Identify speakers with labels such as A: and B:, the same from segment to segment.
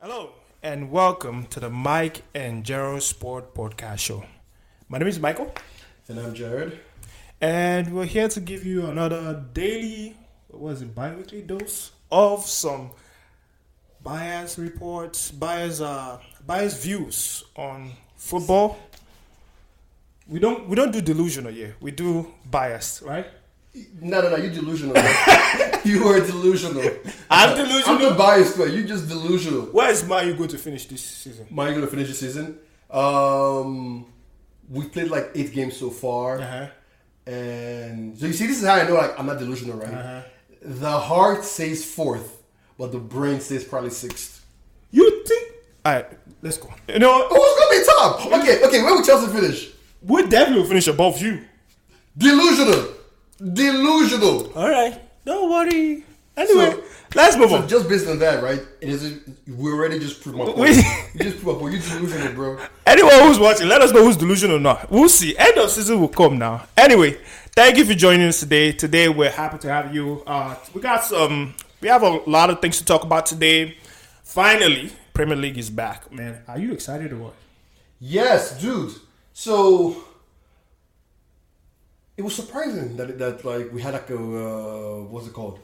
A: Hello, and welcome to the Mike and Gerald Sport Podcast Show. My name is Michael,
B: And I'm Jared.
A: and we're here to give you another daily, what was it, bi weekly dose of some bias reports, bias, uh, bias views on football. We don't we don't do delusional here. We do biased, right?
B: No, no, no, you delusional. you are delusional.
A: I'm
B: I'm
A: delusional.
B: not biased, but you just delusional.
A: Where is Man U going to finish this season?
B: Mike gonna finish the season. Um, we played like eight games so far,
A: Uh-huh.
B: and so you see, this is how I know like I'm not delusional, right?
A: Uh-huh.
B: The heart says fourth, but the brain says probably sixth.
A: You think? All right, let's go. You know, what?
B: Who's gonna be top? Okay, okay, where will Chelsea finish?
A: we definitely will finish above you.
B: Delusional, delusional.
A: All right. Don't worry. Anyway,
B: So-
A: let's move
B: So
A: on.
B: just based on that, right? It is we already just proved my point.
A: Wait.
B: you just proved my point. You delusional, bro.
A: Anyone who's watching, let us know who's delusional or not. We'll see. End of season will come now. Anyway, thank you for joining us today. Today we're happy to have you. Uh, we got some. We have a lot of things to talk about today. Finally, Premier League is back. Man, are you excited or what?
B: Yes, dude. So it was surprising that that like we had like a uh, what's it called?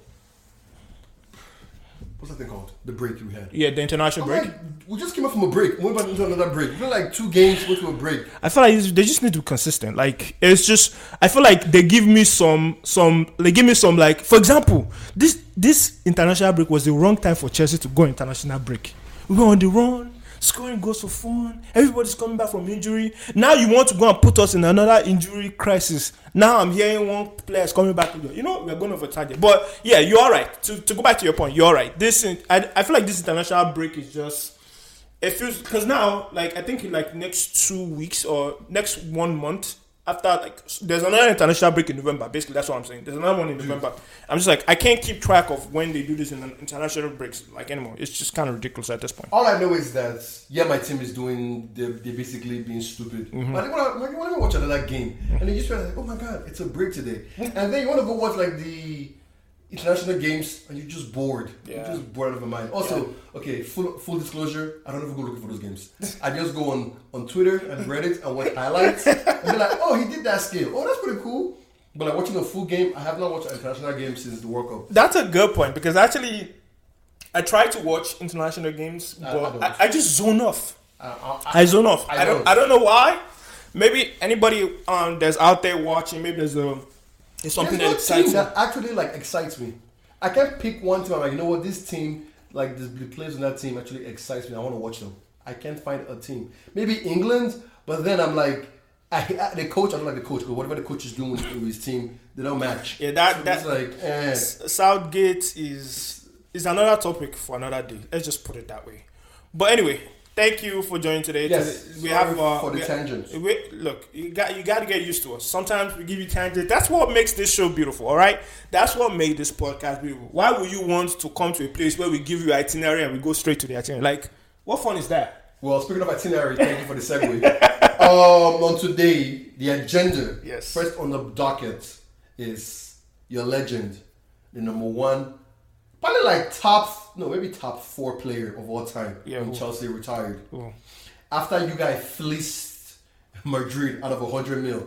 B: What's that thing called? The break we had.
A: Yeah, the international
B: I'm
A: break.
B: Like, we just came up from a break. We went into another break. We went like two games went to a break.
A: I feel like they just need to be consistent. Like it's just I feel like they give me some some they give me some like for example this this international break was the wrong time for Chelsea to go international break. We were on the run, scoring goals for fun. Everybody's coming back from injury. Now you want to go and put us in another injury crisis. Now I'm hearing one player is coming back. to the- You know we're going to overcharge it. But yeah, you're all right. To to go back to your point, you're all right. This in- I I feel like this international break is just it feels because now like i think in like next two weeks or next one month after like s- there's another international break in november basically that's what i'm saying there's another one
B: Hmm.
A: in november i'm just like i can't keep track of when they do this in the international breaks like anymore it's just kind of ridiculous at this point
B: All I know is that yeah, my team is doing they're, they're basically being stupid. But then when I like, want to watch another game, and then you just feel like, oh my god, it's a break today, and then you want to go watch like the international games, and you're just bored.
A: Yeah.
B: You're just bored out of your mind. Also, okay, full full disclosure, I don't ever go looking for those games. I just go on on Twitter and Reddit and watch highlights, and be like, oh, he did that skill. Oh, that's pretty cool. But like watching a full game, I have not watched an international game since the World Cup.
A: that's a good point because actually i try to watch international games
B: I- I
A: but
B: don't.
A: I, I just zone off
B: I, I, I,
A: I zone off. I,
B: I
A: don't.
B: don't.
A: I don't know why. Maybe anybody um that's out there watching. Maybe there's a there's something
B: There's
A: that
B: no
A: excites me.
B: team that actually like excites me. I can't pick one team. I'm like, you know what? This team, like this, the players on that team, actually excites me. I want to watch them. I can't find a team. Maybe England, but then I'm like, I, I, the coach. I don't like the coach. But whatever the coach is doing with his team, they don't match.
A: Yeah, that- that-
B: it's like, eh.
A: S- Southgate is is another topic for another day. Let's just put it that way. But anyway, thank you for joining today.
B: Yes,
A: Today- we
B: sorry
A: have uh,
B: for the
A: we-
B: tangents.
A: we- look, you got you got to get used to us. Sometimes we give you tangents. That's what makes this show beautiful. All right, that's what made this podcast beautiful. Why would you want to come to a place where we give you itinerary and we go straight to the itinerary? Like, what fun is that?
B: Well, speaking of itinerary, thank you for the segue. um, on today, the agenda.
A: Yes.
B: First on the docket is your legend, the number one, probably like top, no, maybe top four player of all time
A: Yeah,
B: when
A: who?
B: Chelsea retired.
A: Who?
B: After you guys fleeced Madrid out of a hundred mil,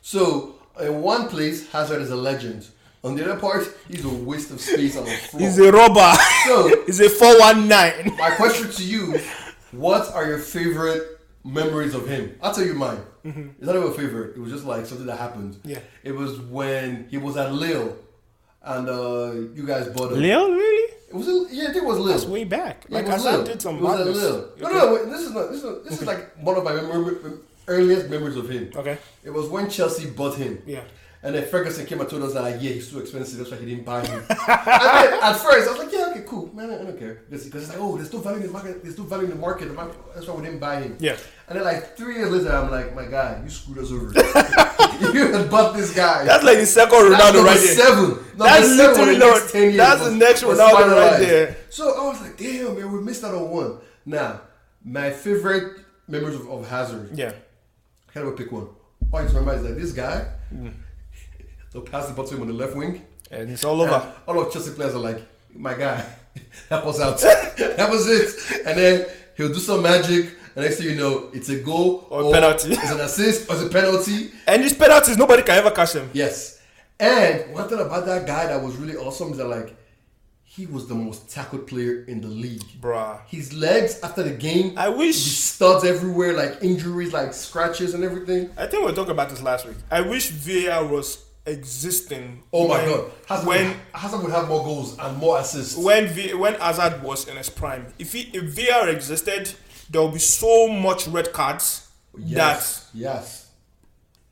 B: so in one place Hazard is a legend. On the other part, he's a waste of space on the floor.
A: He's a robber.
B: So-
A: He's a four one nine.
B: My question to you: What are your favorite memories of him? I'll tell you mine. It's not even a favorite. It was just like something that happened.
A: Yeah.
B: It was when he was at Lille, and uh, you guys bought him.
A: Leo, really?
B: It was yeah, I think it was Lille.
A: It's way back.
B: Yeah,
A: Like
B: it was
A: Hazard
B: Lille.
A: did some
B: It was at
A: madness.
B: Lille. No, no, no. Wait, this is not. This is, not, this is like one of my memor- earliest memories of him.
A: Okay.
B: It was when Chelsea bought him.
A: Yeah.
B: And then Ferguson came and told us that like, yeah, he's too expensive. That's why he didn't buy him. and then at first, I was like, yeah, okay, cool, man, I don't care, because it's like, oh, there's no value in the market. There's no value in the market. That's why we didn't buy him.
A: Yeah.
B: And then like three years later, I'm like, my guy, you screwed us over. you had bought this guy.
A: That's like the second
B: That's
A: Ronaldo
B: number
A: right there.
B: seven. Number
A: That's
B: seven
A: literally
B: in the next
A: not-
B: 10 years
A: that's
B: was-
A: the next
B: was
A: Ronaldo right
B: finalized.
A: there.
B: So I was like, damn, man, we missed out on one. Now, my favorite members of, of Hazard.
A: Yeah.
B: gotta pick one. All I just remember is that this guy, they'll pass the ball to him on the left wing.
A: And it's all over.
B: And all of Chelsea players are like, my guy, help us out. that was it. And then he'll do some magic. And next thing you know, it's a goal
A: Or a penalty.
B: It's an assist or it's a penalty.
A: And these penalties, nobody can ever catch them.
B: Yes. And one thing about that guy that was really awesome is that like he was the most tackled player in the league.
A: Bruh.
B: His legs after the game,
A: I
B: the
A: wish.
B: studs everywhere, like injuries, like scratches and everything.
A: I think we were talking about this last week. I wish VAR was existing.
B: Oh my
A: when-
B: god. Hazard,
A: When
B: would, Hazard would have more goals and more assists.
A: when v, when Hazard was in his prime, if he, if VAR existed, there would be so much red cards that
B: yes. Yes.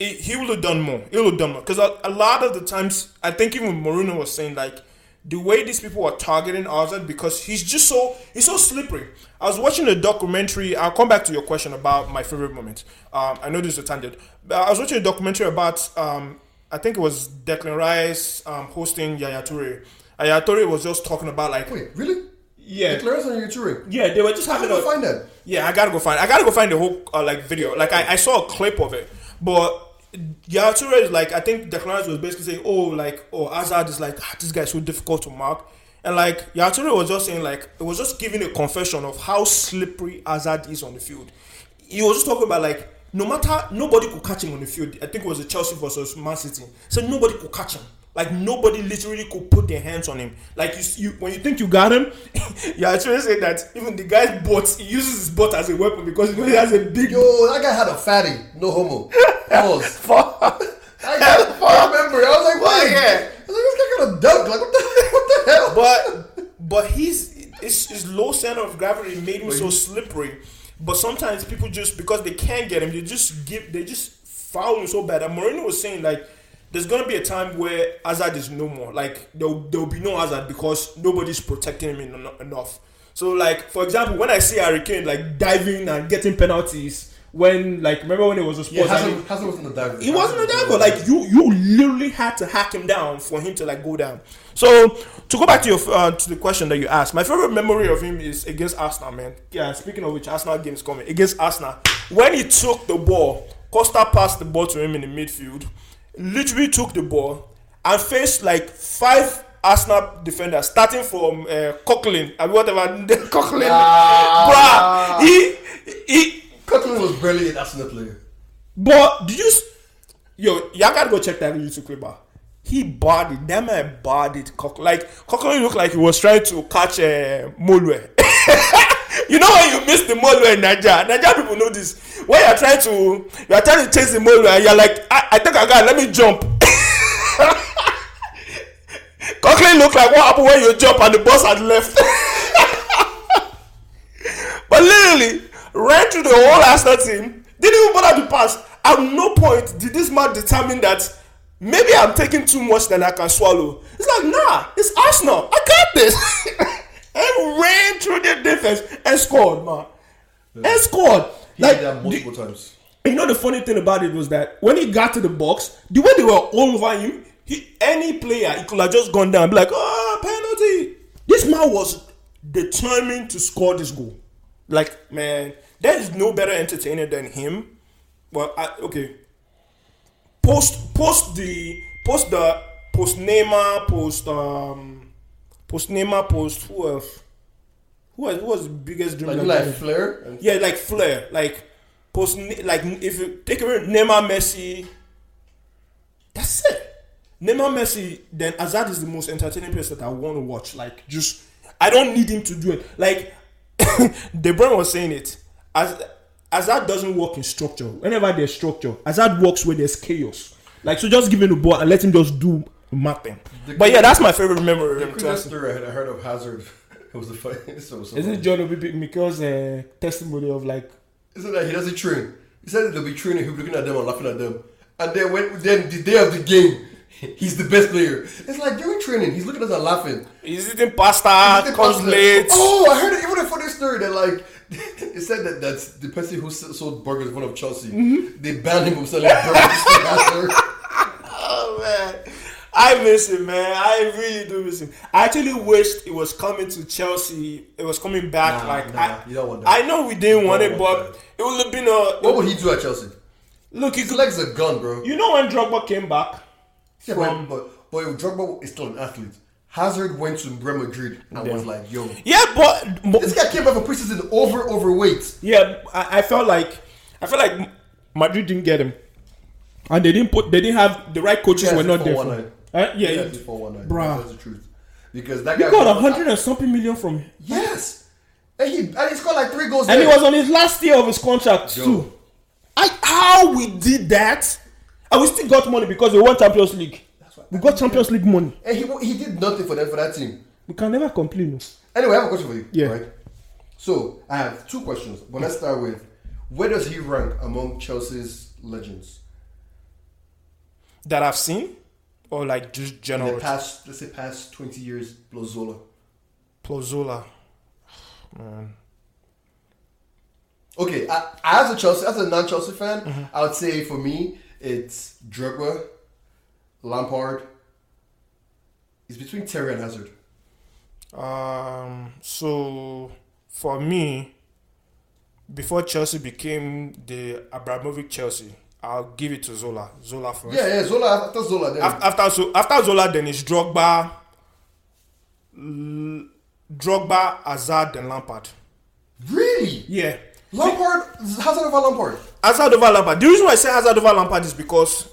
A: he, he would have done more. He would have done more because a, a lot of the times, I think even Mourinho was saying like the way these people are targeting Hazard because he's just so he's so slippery. I was watching a documentary. I'll come back to your question about my favorite moment. Um, I know this is a tangent, but I was watching a documentary about um, I think it was Declan Rice um, hosting Yaya Toure. Yaya Toure was just talking about like
B: Wait, really?
A: yeah.
B: Declaration on YouTube.
A: Yeah, they were just
B: How
A: having
B: did I
A: a
B: find that?
A: yeah. I gotta go find. I gotta go find the whole uh, like video. Like I, I saw a clip of it, but yeah, Toure is like I think Declan was basically saying, oh, like oh Hazard is like ah, this guy's so difficult to mark, and like Yature was just saying like it was just giving a confession of how slippery Hazard is on the field. He was just talking about like no matter nobody could catch him on the field. I think it was the Chelsea versus Man City. So nobody could catch him. Like nobody literally could put their hands on him. Like you, you when you think you got him, yeah, I trying to say that even the guy's butt, he uses his butt as a weapon because he knows he has a big
B: Yo, that guy had a fatty. No homo. Pause. I, got, I remember. I was like, why?
A: Yeah.
B: I was like, this guy got a dunk. Like, what the, what the hell?
A: but but he's his, his low center of gravity made him so slippery. But sometimes people just because they can't get him, they just give they just foul him so bad. And Mourinho was saying like, there's gonna be a time where Hazard is no more. Like there'll there'll be no Hazard because nobody's protecting him en- enough. So like for example, when I see Harry Kane like diving and getting penalties, when like remember when it was a
B: yeah,
A: sports.
B: Hazard, Hazard wasn't a diver.
A: He wasn't a diver. Like you, you literally had to hack him down for him to like go down. So to go back to your uh, to the question that you asked, my favorite memory of him is against Arsenal, man. Yeah. Speaking of which, Arsenal game is coming against Arsenal. When he took the ball, Costa passed the ball to him in the midfield. Literally took the ball and faced like five Arsenal defenders, starting from uh, Coughlin and whatever Coughlin.
B: Ah.
A: Bruh, he he
B: Cutler was barely an Arsenal player.
A: but did you? s- Yo, y'all gotta go check that YouTube clip out. He bodied that man bodied Cock like Cochrane looked like he was trying to catch a uh, Molwe. you know when you miss the Molwe in Nigeria? Nigeria people know this. When you're trying to you're trying to chase the Molwe and you're like, I, I think I got let me jump. Cochrane looked like what happened when you jump and the bus had left. But literally, ran through the whole Arsenal team, didn't even bother to pass. At no point did this man determine that maybe I'm taking too much than I can swallow. It's like, nah, it's Arsenal. I got this. and ran through the defense and scored, man. And scored.
B: He
A: Like,
B: did that
A: the-
B: multiple times.
A: you know the funny thing about it was that when he got to the box, the way they were all over him, he, any player he could have just gone down and be like, "Oh, penalty!" This man was determined to score this goal. Like man, there is no better entertainer than him. Well, I, okay. Post post the post the post Neymar post um post Neymar post who else? Who was who was the biggest dream?
B: Like, you like Flair and
A: Yeah, like flair, like post, like if you take away Neymar, Messi, that's it. Neymar, Messi, then Azad is the most entertaining person that I want to watch. Like, just I don't need him to do it. Like, De Bruyne was saying it. As Azad doesn't work in structure. Whenever there's structure, Azad works where there's chaos. Like, so just give him the ball and let him just do nothing.
B: The-
A: But yeah, that's my favorite memory.
B: the
A: of him, to
B: craziest
A: us.
B: story I had- I heard of Hazard. It was the funniest. It was so
A: Isn't
B: funny.
A: John Obi Mikel's uh, testimony of like
B: Isn't that he doesn't train? He said that they'll be training, he'll be looking at them and laughing at them. And then when then the day of the game, he's the best player. It's like during training, he's looking at us and laughing.
A: He's eating pasta,
B: They
A: comes
B: passed it.
A: late.
B: Oh, I heard it. Even a funny story that like it said that that's the person who s- sold burgers in front of Chelsea.
A: Mm-hmm.
B: They banned him from selling burgers. to Hazard.
A: Oh, man. I miss him, man. I really do miss him. I actually wished it was coming to Chelsea. It was coming back.
B: Nah,
A: like
B: nah,
A: I,
B: you don't want that.
A: I know we didn't want it,
B: want
A: but it would have been a
B: what would he do at Chelsea?
A: Look, you could,
B: Flex a gun, bro.
A: you know when Drogba came back
B: Yeah,
A: from
B: but, but, but Drogba is still an athlete. Hazard went to Real Madrid and was like, yo,
A: yeah, but, but
B: this guy came back from preseason over overweight.
A: yeah, I, I felt like I felt like Madrid didn't get him, and they didn't put they didn't have the right coaches
B: Yeah,
A: were not
B: for
A: there.
B: one
A: For,
B: night.
A: uh, yeah,
B: Yeah,
A: you-
B: before one night.
A: Bruh.
B: That's the truth. Because that guy uh,
A: he got a hundred and something million from, him.
B: Yes, and he and he scored like three goals.
A: and he
B: there.
A: was on his last year of his contract
B: Yo.
A: too. I how we did that, and we still got money because we won Champions League.
B: what-
A: We got Champions League money.
B: and he wa- he did nothing for them for that team.
A: We can never complain. no.
B: Anyway, I have a question for you.
A: Yeah.
B: Right? So I have two questions, but let's start with where does he rank among Chelsea's legends
A: that I've seen, or like just
B: in the
A: general
B: past, let's say past twenty years? Blozzola.
A: Plozzola.
B: Okay, I, as a Chelsea, as a non-Chelsea fan,
A: Mm-hmm.
B: I would say for me it's Drogba, Lampard. It's between Terry and Hazard.
A: Um, so for me, before Chelsea became the Abramovich Chelsea, I'll give it to Zola. Zola first.
B: Yeah, yeah, Zola after Zola. Then
A: Af- After so after Zola, then it's Drogba, L- Drogba, Hazard, and Lampard.
B: really,
A: Yeah,
B: Lampard Hazard over Lampard.
A: Hazard over Lampard. The reason why I say Hazard over Lampard is because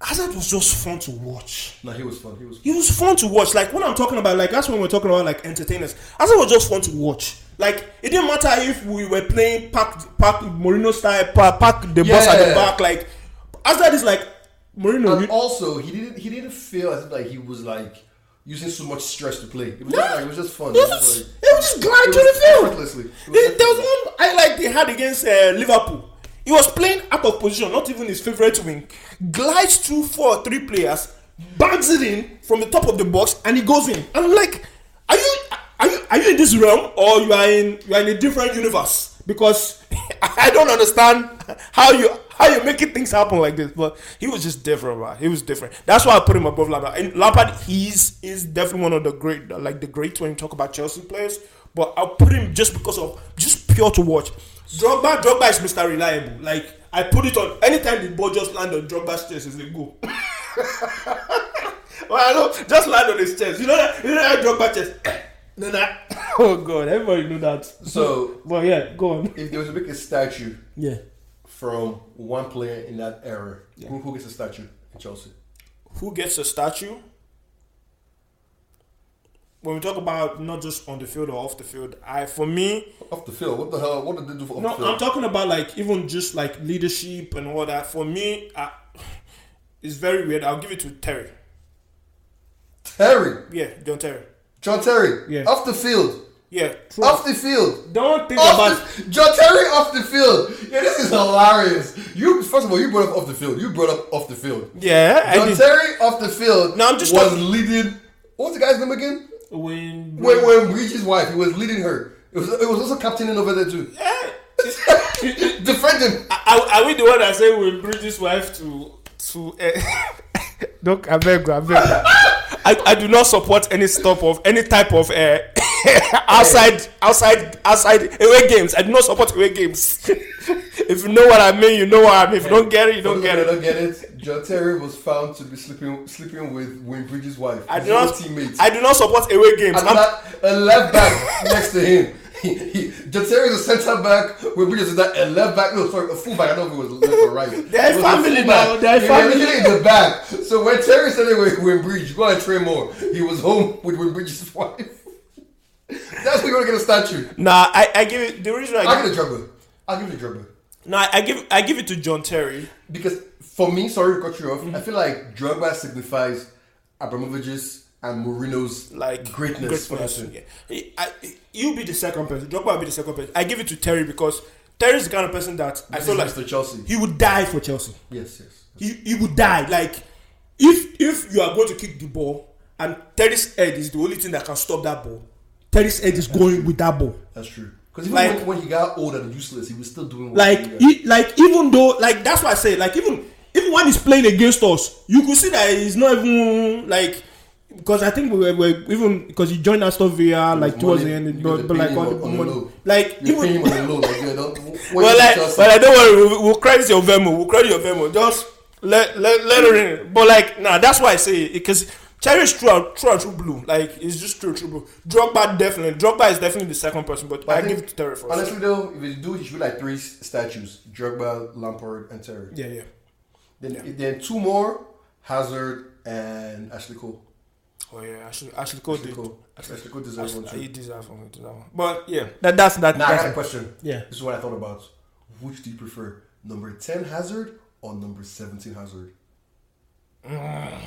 A: Hazard was just fun to watch.
B: No, he was fun. He was. Fun.
A: it was fun to watch. Like when I'm talking about, like that's when we're talking about like entertainers. As it was just fun to watch. Like it didn't matter if we were playing pack pack Mourinho style, pack, pack the bus at the
B: Yeah.
A: back. Like as that is like Mourinho.
B: And
A: You,
B: also, he didn't. He didn't feel as if like he was like using so much stress to play. It was,
A: No.
B: just, like, it was just fun.
A: it was
B: It was
A: just,
B: like-
A: it was just glide
B: it
A: to
B: was
A: the field.
B: effortlessly. It was
A: There- there was one I like they had against uh, Liverpool. He was playing out of position, not even his favorite wing. Glides through four or three players, bangs it in from the top of the box, and he goes in. I'm like, are you are you are you in this realm or you are in you are in a different universe? Because I don't understand how you how you making things happen like this. But he was just different, man. He was different. That's why I put him above Lampard. And Lampard, he's is definitely one of the great like the great when you talk about Chelsea players. But I'll put him just because of just pure to watch. Drogba, Drogba is Mr. Reliable. Like I put it on anytime the ball just land on Drogba's chest, it's a goal. well, I know, just land on his chest. You know that you know that Drogba chest. no, no. Oh god, everybody knew that.
B: So,
A: but yeah, go on.
B: if there was to make a statue
A: Yeah.
B: from one player in that era, who, who gets a statue in Chelsea?
A: Who gets a statue? When we talk about not just on the field or off the field, I for me,
B: Off the field. What the hell? What did they do for off
A: No,
B: the field?
A: I'm talking about like even just like leadership and all that. For me, I, it's very weird. I'll give it to Terry.
B: Terry,
A: Yeah, John Terry.
B: John Terry.
A: Yeah.
B: Off the field.
A: Yeah, true.
B: Off the field.
A: Don't think about.
B: Off the, John Terry off the field. Yeah, this is hilarious. You first of all, you brought up off the field. You brought up off the field.
A: Yeah, I
B: John
A: did.
B: Terry off the field
A: No, I'm just
B: was
A: talking-
B: leading. What's the guy's name again?
A: When,
B: When when Breach's wife, he was leading her. It was it was also captaining over there too.
A: Yeah.
B: Defending.
A: are, are we the one that say we'll bring this wife to to? Uh, Doc, I beg, you, I beg. you. I, I do not support any stop of any type of uh, outside outside outside away games. I do not support away games. if you know what I mean, you know what I mean. If you don't get it, you don't get
B: I
A: it.
B: don't get it. John Terry was found to be sleeping sleeping with Wayne Bridges' wife.
A: I
B: his
A: do not.
B: old teammate.
A: I do not support away games.
B: And
A: I'm,
B: that- a left back next to him. He, he, Jateri is a centre back. Wayne Bridges is that a left back. No, sorry, a full back. I don't know if it was left or right.
A: They're
B: It was a
A: family now,
B: full back.
A: they're
B: They were
A: family.
B: literally in the back. So when Terry said it with Wayne Bridges, go and train more. He was home with Wayne Bridges' wife. That's where you want to get a statue.
A: nah, I, I give it. The reason I
B: I'll
A: give,
B: give it a Drogba. I'll give it a Drogba.
A: no, I, I give I give it to John Terry.
B: Because for me, sorry to cut you off,
A: Mm-hmm.
B: I feel like Drogba signifies Abramovich's and Mourinho's
A: like
B: greatness. for
A: greatness.
B: that team.
A: Yeah. He- I- he- you be the second person. Drogba will be the second person. I give it to Terry because Terry is the kind of person that I
B: This
A: feel
B: is
A: like
B: Mr. Chelsea.
A: he would die for Chelsea.
B: Yes, yes.
A: He, he would die. Like if if you are going to kick the ball and Terry's head is the only thing that can stop that ball, Terry's head is going with that ball.
B: That's true. Because even
A: Like-
B: when, when he got old and useless, he was still doing what
A: Like
B: he did.
A: he, like even though like that's why I say like even even when he's playing against us, you could see that he's not even like because I think we were, were even because you joined Aston Villa like towards the
B: money-
A: end,
B: you
A: but,
B: get
A: but
B: the
A: like
B: paying
A: on,
B: on- on the
A: on-
B: low.
A: like
B: You're
A: even
B: paying him on the low. Like, you know, when
A: well,
B: you
A: like,
B: just-
A: well, like, don't worry, we'll, we'll credit your Venmo. We'll credit your Venmo. Just let let let it in. But like, nah, that's why I say it because Cherry is true, out- true, out, true blue. Like, it's just true, true blue. Drogba definitely. Drogba is definitely the second person, but I,
B: think-
A: give it to Terry first.
B: Honestly, though, if you do, you should be like three s- statues: Drogba, Lampard, and Terry.
A: yeah, yeah.
B: Then, then two more: Hazard and Ashley Cole.
A: Oh yeah, Ashley, Ashley Cole
B: Ashley
A: did.
B: Cole. Ashley Cole deserves one
A: Ashley,
B: too.
A: he deserves one. he deserves one. But yeah, that that's that.
B: Now I
A: that's
B: got a question.
A: Yeah.
B: This is what I thought about. Which do you prefer, number ten Hazard or number seventeen Hazard?
A: Mm.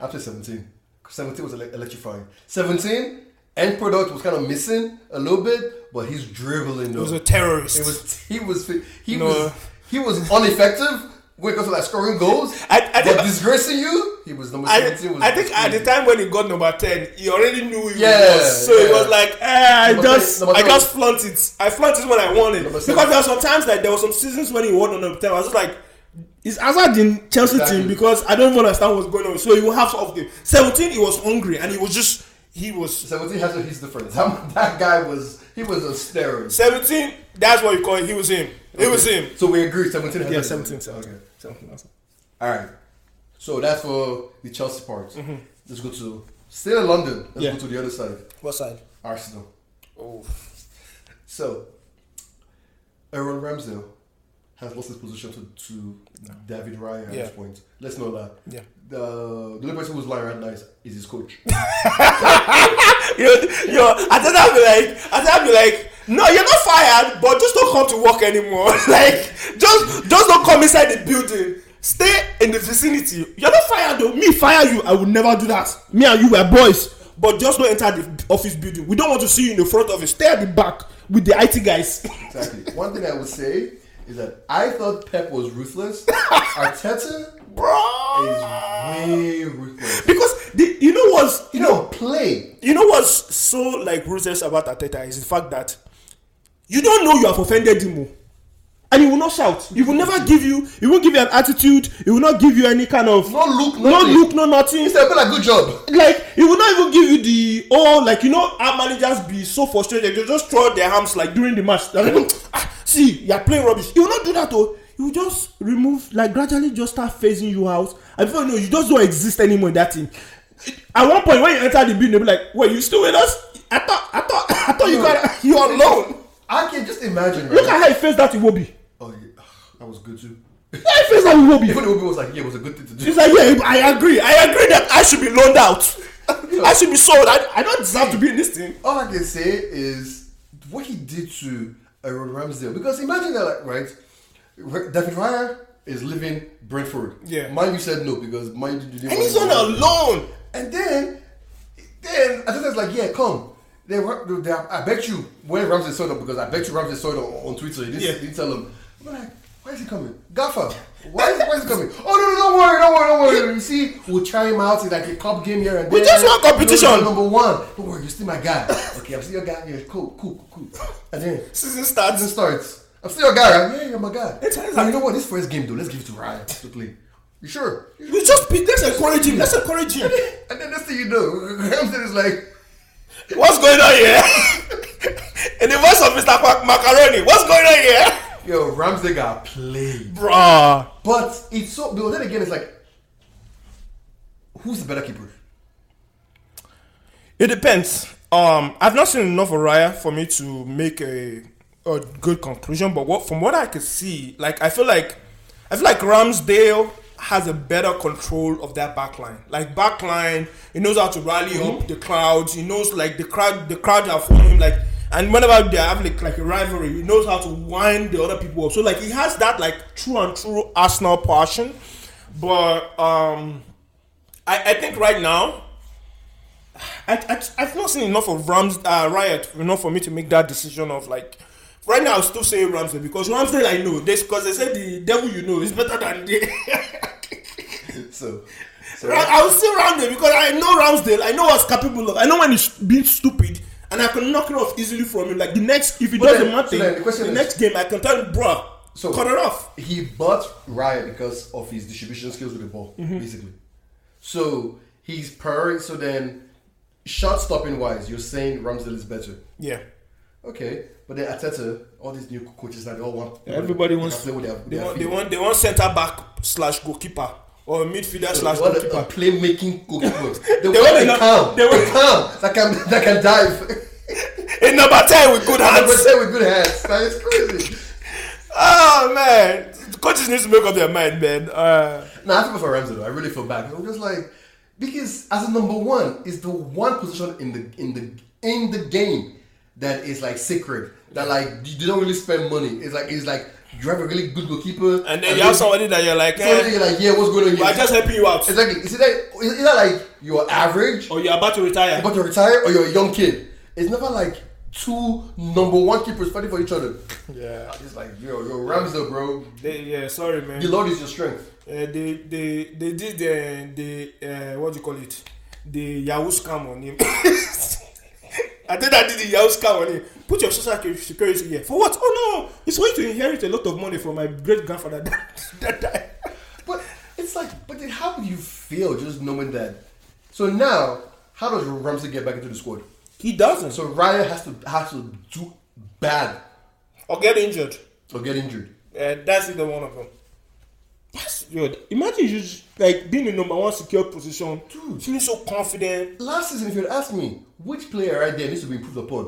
B: After seventeen, 'Cause seventeen was ele- electrifying. Seventeen end product was kind of missing a little bit, but he's dribbling
A: He
B: though.
A: was a terrorist.
B: It was he was he
A: No.
B: was he was ineffective when it comes to like scoring goals.
A: I- I
B: but
A: think-
B: disgracing you, he was number
A: I,
B: seventeen. was
A: I think at the
B: crazy.
A: time when he got number ten, he already knew he
B: Yeah,
A: was. So he
B: yeah.
A: was like, eh, I
B: Number
A: just,
B: ten- number
A: I
B: ten.
A: just flaunt it. I flaunt it when I want it.
B: Number
A: Because
B: seven.
A: there were some times that there were some seasons when he won on number ten. I was just like, is Hazard in Chelsea
B: Exactly.
A: team because I don't even understand what's going on. So he will have off game. Seventeen, he was hungry and he was just, he was
B: seventeen has a his difference. That, that guy was he was a steroid.
A: seventeen. That's what you call it. He was him. It was him.
B: So we agree, seventeen. Has
A: Yeah,
B: a-
A: seventeen.
B: Okay.
A: 17, 17, that's-
B: All right. So that's for the Chelsea part. Let's go to still in London. Let's
A: Mm-hmm. Yeah.
B: go to the other side,
A: What side?
B: Arsenal.
A: Oh,
B: So Aaron Ramsdale has lost his position to, to David Raya at
A: Yeah.
B: this point. Let's not lie.
A: yeah.
B: The, the only person who's lying right now is, is his coach.
A: you you I think I'd be like I think I'd be like no you're not fired but just don't come to work anymore like just just don't come inside the building stay in the vicinity you're not fired though me fire you I would never do that me and you were boys but just don't enter the office building we don't want to see you in the front office stay at the back with the IT guys
B: exactly. One thing I would say is that I thought Pep was ruthless. Arteta
A: bro
B: is way ruthless.
A: because the you know what's
B: You know, play.
A: you know what's so like ruthless about Ateta is the fact that you don't know you have offended him o, and he will not shout he will never give you he won't give you an attitude he will not give you any kind of
B: No look,
A: no
B: nothing.
A: look no nothing
B: Mr. Bella, good job.
A: like he will not even give you the oh like you know how managers be so frustrated they just throw their arms like during the match They're like, "Ah, see you are playing rubbish he will not do that o he will just remove like gradually just start phasing you out and before you know you just don't exist anymore in that team at one point when you enter the building they be like wait you still with us i thought i thought i thought you got you are alone
B: I can just imagine. Right?
A: look at how he faced that iwobi
B: Oh, yeah. That was good too.
A: how he faced that iwobi
B: Even Obi was like, yeah, it was a good thing to do.
A: He's like, yeah, I agree. I agree that I should be loaned out. I should be sold. I, I don't deserve to be in this team.
B: All I can say is what he did to Aaron Ramsdale. Because imagine that, like, right? Re- David Raya is leaving Brentford.
A: Yeah.
B: Man, you said no because Man, you didn't
A: And he's
B: want
A: on
B: to-
A: a loan.
B: And then, then Arteta's like, yeah, come. They, were- they, they, I bet you, when Ramsey saw it, because I bet you Ramsey saw it on, on Twitter, he didn't,
A: Yeah.
B: he didn't tell him. I'm like, why is he coming? Gaffer, why is, why is he coming? Oh, no, no, don't worry, don't worry, don't worry. You see, we'll try him out. It's like a cup game here and
A: We
B: there.
A: just want
B: No, no,
A: competition.
B: no, number one. Don't worry, you're still my guy. Okay, I'm still your guy. Yeah, cool, cool, cool. And then,
A: Season
B: season
A: starts.
B: starts. I'm still your guy, right? Yeah, you're my guy.
A: It's- it's
B: Now,
A: like-
B: you know what? This first game, though, let's give it to Ryan to play. You sure?
A: We just be, let's encourage him. Let's encourage him.
B: And then next thing you know, Ramsey is like,
A: What's going on here? in the voice of Mr. Mac- Macaroni, what's going on here?
B: Yo, Ramsey got played.
A: Bruh.
B: But it's so. But then again, it's like, who's the better keeper?
A: It depends. Um, I've not seen enough of Raya for me to make a a good conclusion. But what from what I could see, like I feel like I feel like Ramsdale has a better control of that back line. Like back line, he knows how to rally up the crowds. He knows like the crowd the crowd are following him. Like and whenever they have like, like a rivalry, he knows how to wind the other people up. So like he has that like true and true Arsenal passion. But um I, I think right now I, I, I've not seen enough of Rams uh, Riot enough for me to make that decision of like. Right now, I'll still say Ramsdale because Ramsdale I know this because they said the devil you know is better than the.
B: So, so
A: Ra- I'll say Ramsdale because I know Ramsdale. I know what's capable of. I know when he's being stupid, and I can knock it off easily from him. Like the next, if he
B: But
A: does
B: then-
A: a mad
B: so
A: thing,
B: then the
A: the,
B: question is-
A: next game I can tell him, bruh,
B: So-
A: cut it off. Mm-hmm.
B: he bought Raya because of his distribution skills with the ball, basically. So He's purring. So then, shot stopping wise, you're saying Ramsdale is better.
A: Yeah.
B: Okay, but then Ateta, all these new coaches now they all want.
A: Everybody
B: they
A: wants-
B: can play with their,
A: They
B: their
A: want, they
B: feet.
A: want they want centre back slash goalkeeper or midfielder slash
B: They want a, a
A: goalkeeper.
B: playmaking goalkeeper. They,
A: They
B: want
A: want
B: a
A: enough-
B: calm. They
A: they
B: want
A: want-
B: a calm that can that can dive.
A: A number ten with good
B: I would
A: hands.
B: say with good hands. That is crazy.
A: Oh man, coaches need to make up their mind, man. Uh,
B: No, I feel bad for Ramsey though. I really feel bad. I'm just like because as a number one is the one position in the in the in the game that is like sacred. That like you you don't really spend money. It's like it's like you have a really good goalkeeper,
A: and then you have somebody that you're like,
B: somebody
A: eh,
B: you're like, yeah, what's going on here?
A: I just helping you out,
B: exactly. It's either, it's either like you're average,
A: or you're about to retire.
B: about to retire, or you're a young kid. It's never like two number one keepers fighting for each other.
A: Yeah,
B: I'm just like yo, yo, Ramsey, bro.
A: they, yeah. Sorry, man.
B: The Lord is your strength.
A: Uh, they they they did the the uh, what do you call it the yahoo scam on him i think i did the yahoo scam on him put your social sec- security here for what oh no he's going to inherit a lot of money from my great grandfather that, that died
B: But it's like, but then how would you feel just knowing that? So now, how does Ramsey get back into the squad?
A: he doesn't so,
B: So Ryan has to has to do bad
A: or get injured
B: or get injured.
A: uh, that's either one of them that's weird imagine you just, like being in number one secure position
B: Dude.
A: feeling so confident
B: Last season, if you'd asked me which player right there needs to be improved upon,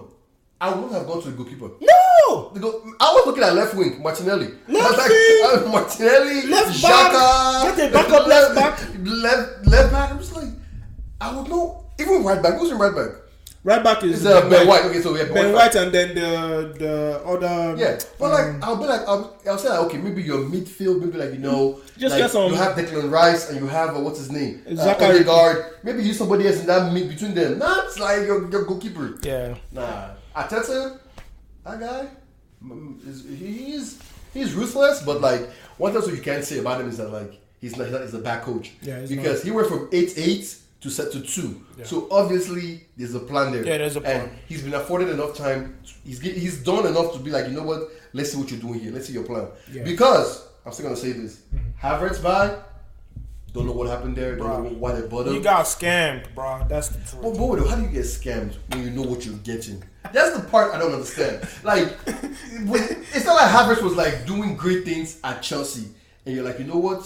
B: I would not have gone to the goalkeeper.
A: no
B: The goal- I was looking at left wing Martinelli. I was
A: Left
B: like,
A: wing.
B: uh, Martinelli,
A: Left back.
B: Xhaka,
A: Get a backup left back.
B: left left back. I'm just like, I would know even right back. Who's in right back?
A: right back is
B: It's uh, ben, White. Okay, so we have
A: ben white and then the the other
B: Yeah, but like I'll be like I'll, I'll say like okay maybe your midfield maybe like you know
A: Just
B: like,
A: get some-
B: you have Declan Rice and you have uh, what's his name
A: Zachary.
B: uh, guard maybe you somebody else in that mid between them not like your, your goalkeeper
A: yeah
B: nah Ateta that guy mm, is he's he's ruthless but like one thing so you can't say about him is that like he's not he's a bad coach
A: Yeah, he's
B: because he went from eight eight to set to two so obviously there's a plan there
A: Yeah, there's a plan.
B: And he's been afforded enough time. He's gi- he's done enough to be like, you know what? Let's see what you're doing here. Let's see your plan.
A: Yeah. Mm-hmm.
B: Because I'm still gonna say this: Havertz by. Don't know what happened there. Don't know
A: Bruh.
B: why they bothered.
A: You got scammed, bro. That's the truth.
B: but boy, though, how do you get scammed when you know what you're getting? That's the part I don't understand. Like, when, it's not like Havertz was like doing great things at Chelsea, and you're like, you know what?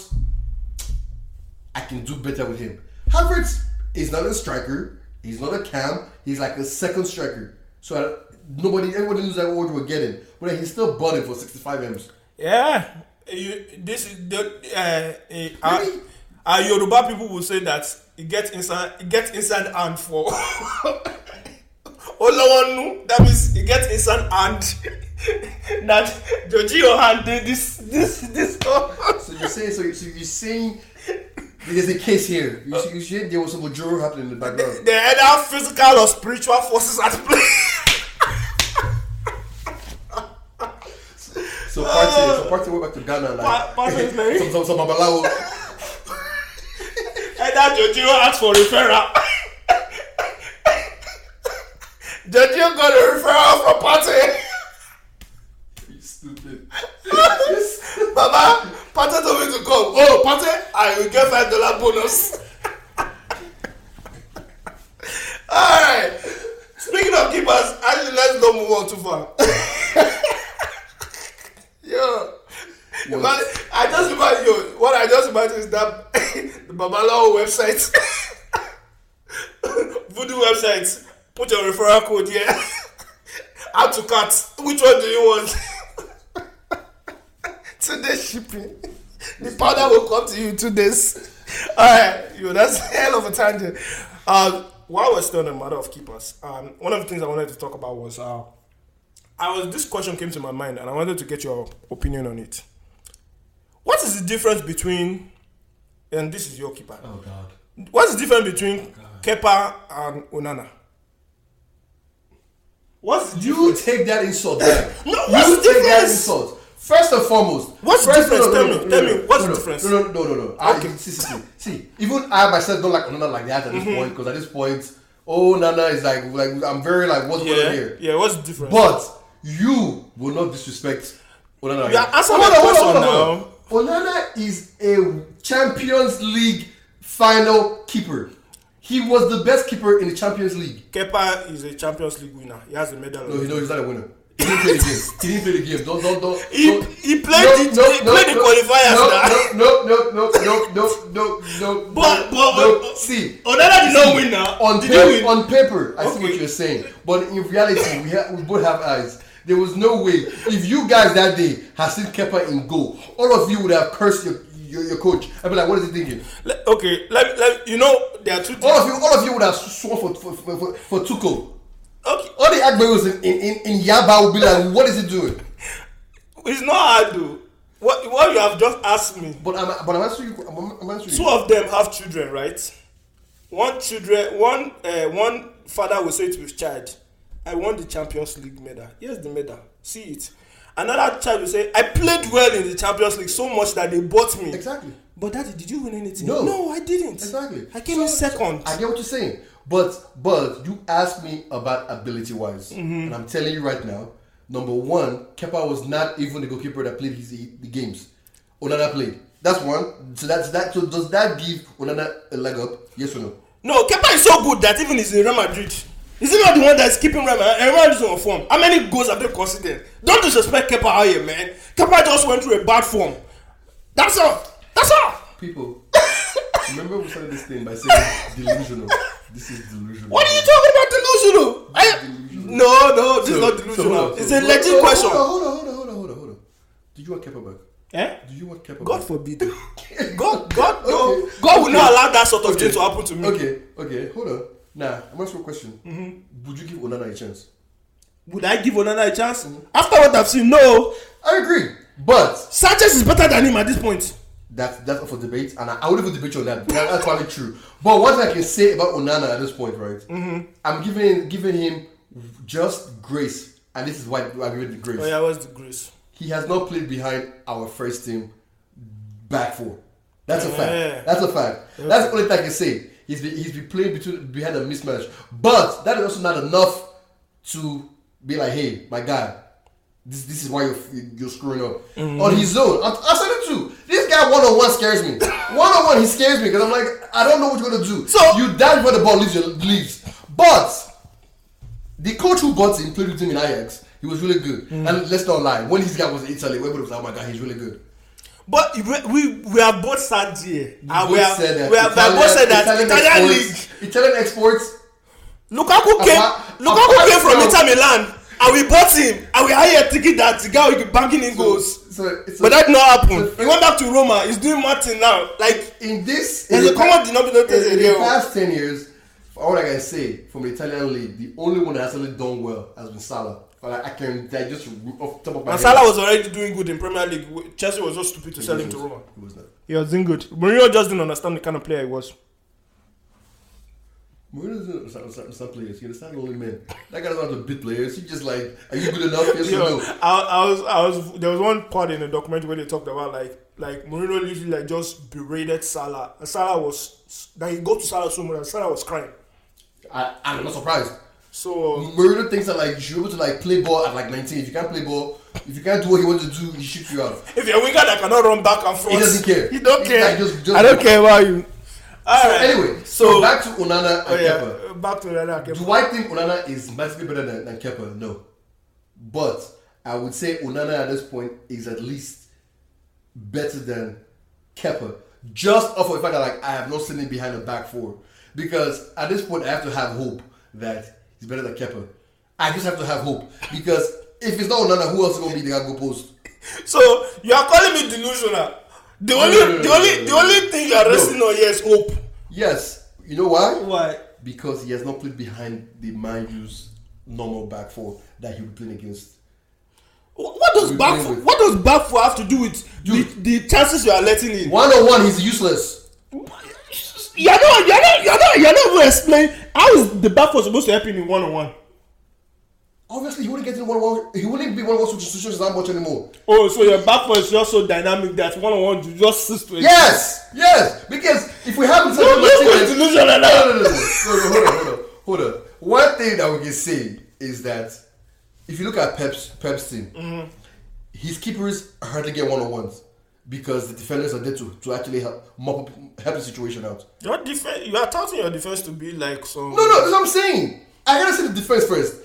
B: I can do better with him. Havertz is not a striker. He's not a cam. He's like a second striker. So I, nobody, everybody knows that what we were getting. But then he's still bought it for 65 m's.
A: Yeah. You, this is the uh, uh, our-
B: Really?
A: our Yoruba people will say that it gets inside it gets inside hand for Olawanu. That means it gets inside hand that Jojiyo hand did this this this.
B: So you're saying, so, you're- so you're saying there's a case here. You see, you see there was some Ojoro happening in the background.
A: There are either physical or spiritual forces at play.
B: So Partey, so Partey went back to Ghana
A: Ah. Pa-
B: like
A: Partey is like-
B: some, some, some Babalawo.
A: Either Jojo asked for referral. Jojo got a referral from Pate.
B: You stupid.
A: Baba, Pate told me to come. Oh, Pate, I will get five dollar bonus. Alright. Speaking of keepers, actually let's not move on too far. yo.
B: What?
A: Man, I just imagine yo, what I just imagine is that the Babalawo website. Voodoo website. Put your referral code here. Add to cart. Which one do you want? two days shipping. The powder will come to you in two days. Alright, yo, that's a hell of a tangent. Um, while we're still on the matter of keepers, um, one of the things I wanted to talk about was uh, I was this question came to my mind and I wanted to get your opinion on it. What is the difference between and this is your keeper?
B: Oh God.
A: What's the difference between Kepa and Onana? What's the
B: You take that insult back.
A: No, what's
B: you
A: the
B: take that
A: difference?
B: insult. First and foremost.
A: What's the
B: first,
A: difference? Tell me, tell me, what's the
B: no, no,
A: difference?
B: No, no, no, no, no. I-
A: Okay.
B: see, see, see, see. Even I myself don't like Onana like that at
A: Mm-hmm.
B: this point because at this point, oh Nana is like, like I'm very like, what's going on
A: yeah,
B: here?
A: yeah, what's the difference?
B: But you will not disrespect Onana.
A: You are answering my question
B: Onana is a Champions League final keeper. He was the best keeper in the Champions League.
A: Kepa is a Champions League winner. He has a medal.
B: No,
A: already.
B: he- no, he's not a winner. He didn't play the game. He didn't play the game. Don't, don't, don't.
A: He-
B: don't-
A: he played the- he played the qualifiers
B: no,
A: now.
B: No, no, no, no, no, no, no, no.
A: But- but-
B: no.
A: but-
B: see,
A: Onana did not win now.
B: on,
A: did
B: pa-
A: he win?
B: on paper, I see
A: Okay.
B: what you're saying, but in reality, we, ha- we both have eyes. There was no way if you guys that day had seen Kepa in goal, all of you would have cursed your, your, your coach. I'd be like, what is he thinking?
A: Le- okay, let, let you know there are two
B: All
A: things.
B: of you, all of you would have sworn for for for, for, for Tuchel.
A: Okay,
B: All the Agbeyos in, in, in, in Yaba would be like, what is he doing?
A: it's not hard though. What what you have just asked me.
B: But I'm but I'm answering you. I'm, I'm answering
A: Two
B: you.
A: of them have children, right? One children, one uh, one father will say to his child, "I won the Champions League medal." Here's the medal. See it. Another child will say, "I played well in the Champions League so much that they bought me."
B: Exactly.
A: But daddy, did you win anything?
B: No.
A: no, I didn't.
B: Exactly.
A: I came
B: So-
A: in second.
B: I get what you're saying, but but you asked me about ability wise, and I'm telling you right now, number one, Kepa was not even the goalkeeper that played his the games. Onana played. That's one. So that's that. So does that give Onana a leg up? Yes or no?
A: No, Kepa is so good that even he's in Real Madrid. Is he not the one that's keeping Real Madrid? And Real Madrid is on form. How many goals have they conceded? Don't disrespect Kepa out here, man. Kepa just went through a bad form. That's all. That's all.
B: People, remember we started this thing by saying delusional. This is delusional.
A: What are you talking about delusional? I, no, no, this is not
B: So- so hold
A: delusional.
B: on,
A: It's
B: so-
A: a legit
B: hold on,
A: question.
B: Hold on, hold on, hold on, hold on, hold on. Do you want Kepa back?
A: Eh?
B: Do you want Kepa
A: God
B: back?
A: forbid. God, God, no.
B: Okay.
A: God will not
B: Okay.
A: allow that sort of thing to happen to me.
B: Okay, okay, hold on. Now, I'm asking a question.
A: Mm-hmm.
B: Would you give Onana a chance?
A: Would I give Onana a chance?
B: Mm-hmm.
A: After what I've seen, no.
B: I agree, but
A: Sanchez is better than him at this point.
B: that's that's up for debate, and I, I would even debate you on that. that that's probably true. But what I can say about Onana at this point, right?
A: Mm-hmm.
B: I'm giving giving him just grace, and this is why I'm giving the grace.
A: Oh yeah, what's the grace?
B: He has not played behind our first team back four. That's a
A: Yeah.
B: fact. That's a fact. That's the only thing I can say. He's been, he's been playing between behind a mismatch, but that is also not enough to be like, hey, my guy, this this is why you're you're screwing up
A: Mm-hmm.
B: on his own. I, I said it too. This guy one on one scares me. one on one, he scares me because I'm like, I don't know what you're gonna do.
A: So-
B: you dive where the ball leaves your leaves, but the coach who bought him played with him in Ajax. He was really good.
A: Mm.
B: And let's not lie, when this guy was in Italy, everybody was like, oh my god, he's really good.
A: But we, we, we are both sad here. And Ah, we
B: Both
A: are,
B: said that
A: we are, we are both said that Italian, league.
B: exports, Italian exports.
A: Lukaku came,
B: Apart-
A: Lukaku
B: apart
A: came from
B: from-
A: Inter Milan and we bought him and we hired thinking that the guy will be banking in goals.
B: So, it's a-
A: But that did not happen.
B: so-
A: He went back to Roma. He's doing Martin now. Like,
B: in this,
A: There's
B: in
A: a
B: the
A: common
B: past-
A: denominator
B: in- In
A: here.
B: the past ten years, for all I can say from the Italian league, the only one that has really done well has been Salah. But I, I can I just off the top of my
A: and
B: head.
A: Salah was already doing good in Premier League. Chelsea was just stupid to sell him to Roma.
B: He was not.
A: He was doing good. Mourinho just didn't understand the kind of player he was.
B: Mourinho's not- not, not, not players. He's not only man. That guy doesn't have to beat players. He just like, are you good enough? Yes or
A: Yo,
B: no?
A: I, I was, I was. There was one part in the documentary where they talked about like, like Mourinho literally like just berated Salah. And Salah was, like he go to Salah so much, and Salah was crying.
B: I, I'm not surprised.
A: So
B: Mourinho thinks that like you should be able to like play ball at like 19. If you can't play ball, if you can't do what you want to do, he shoots you out.
A: if you're a winger that cannot run back and forth,
B: He doesn't care.
A: He don't
B: He's
A: care.
B: like, just- just-
A: I don't care about you. All
B: So
A: right.
B: anyway,
A: so
B: so back to Onana and
A: oh, yeah,
B: Kepa.
A: uh, back to the Kepa.
B: Do I think Onana is massively better than, than Kepa? No. But I would say Onana at this point is at least better than Kepa. Just off of the fact that like I have not seen him behind the back four. Because at this point I have to have hope that he's better than Kepa. I just have to have hope. Because if it's not Onana, who else is gonna be the guy go post?
A: So you are calling me delusional. The
B: no,
A: only,
B: no, no,
A: the
B: no,
A: only,
B: no,
A: the
B: no.
A: only thing you are resting on here is hope.
B: Yes. You know why?
A: Why?
B: Because he has not played behind the Man U's normal back four that he would play against.
A: Wh- What does
B: We
A: back
B: play
A: for,
B: with-
A: what does back for have to do with the,
B: Dude.
A: the chances you are letting in?
B: One on one, he's useless.
A: You're not, you're not, you're not, you're not even explain how is the back four supposed to help him in one on one?
B: Obviously, he wouldn't get in one one. He wouldn't be one one situations that much anymore.
A: Oh, so your back four is just so dynamic that one on one you just sits to it.
B: Yes, yes. Because if we have no,
A: Don't look with delusion like
B: no,
A: that.
B: no, no, no, no, no, no, Hold on, hold on, hold on. One thing that we can say is that Mm-hmm. if you look at Pep's Pep's team, his keepers hardly get one on ones. because the defenders are there to, to actually help mop up, help the situation out.
A: Your defense, you are touting your defense to be like some.
B: No, no, that's what I'm saying. I gotta say the defense first.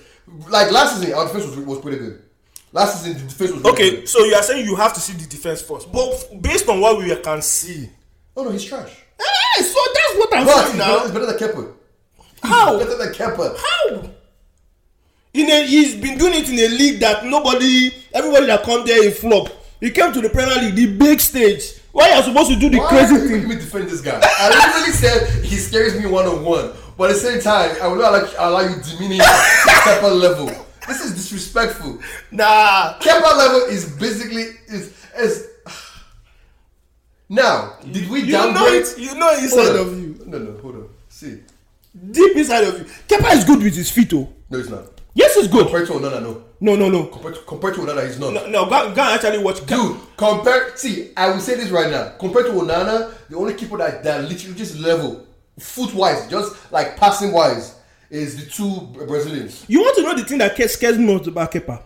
B: Like last season, our defense was, was pretty good. Last season, the defense was really
A: Okay,
B: Good.
A: so you are saying you have to see the defense first, but f- based on what we can see,
B: Oh no, he's trash.
A: hey, so that's what I'm
B: But he's
A: saying
B: better,
A: now.
B: he's better than Kepa.
A: How?
B: Better than Kepa.
A: How? In a, he's been doing it in a league that nobody, everybody that come there, he flop. He came to the Premier League, the big stage. Why you are supposed to do the
B: Why are
A: crazy
B: you
A: thing?
B: making me defend this guy? I literally said he scares me one on one, but at the same time, I will not like allow you demeaning Kepa level. This is disrespectful.
A: Nah.
B: Kepa level is basically is is. Now, did we
A: You know
B: downgrade?
A: it. You know it
B: Hold
A: inside
B: on.
A: of you.
B: No, no, hold on. See,
A: Deep inside of you. Kepa is good with his feet, oh.
B: no, it's not.
A: Yes, he's good.
B: Compared to Onana, no.
A: No, no, no.
B: Compared to, compared to Onana, he's not.
A: No, no go, go and actually watch Kepa.
B: Dude, compared. See, I will say this right now. Compared to Onana, the only keeper that that literally just level, foot wise, just like passing wise, is the two Brazilians.
A: You want to know the thing that scares me most about Kepa?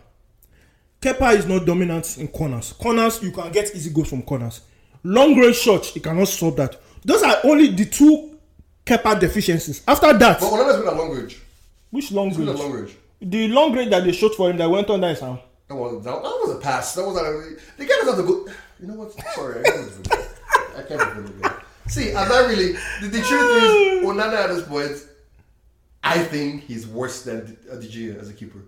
A: Kepa is not dominant in corners. Corners, you can get easy goals from corners. Long range shots, you cannot solve that. Those are only the two Kepa deficiencies. After that,
B: But Onana's good at long range.
A: which long
B: Good at long
A: range?
B: range.
A: The long range that they shot for him that went on that is how?
B: That was that, that was a pass. That was a, the guy doesn't have to go. You know what? Sorry, I can't defend him. I can't defend him. man. See, I'm not really. The, the truth is, Onana at this point, I think he's worse than Adigea as a keeper.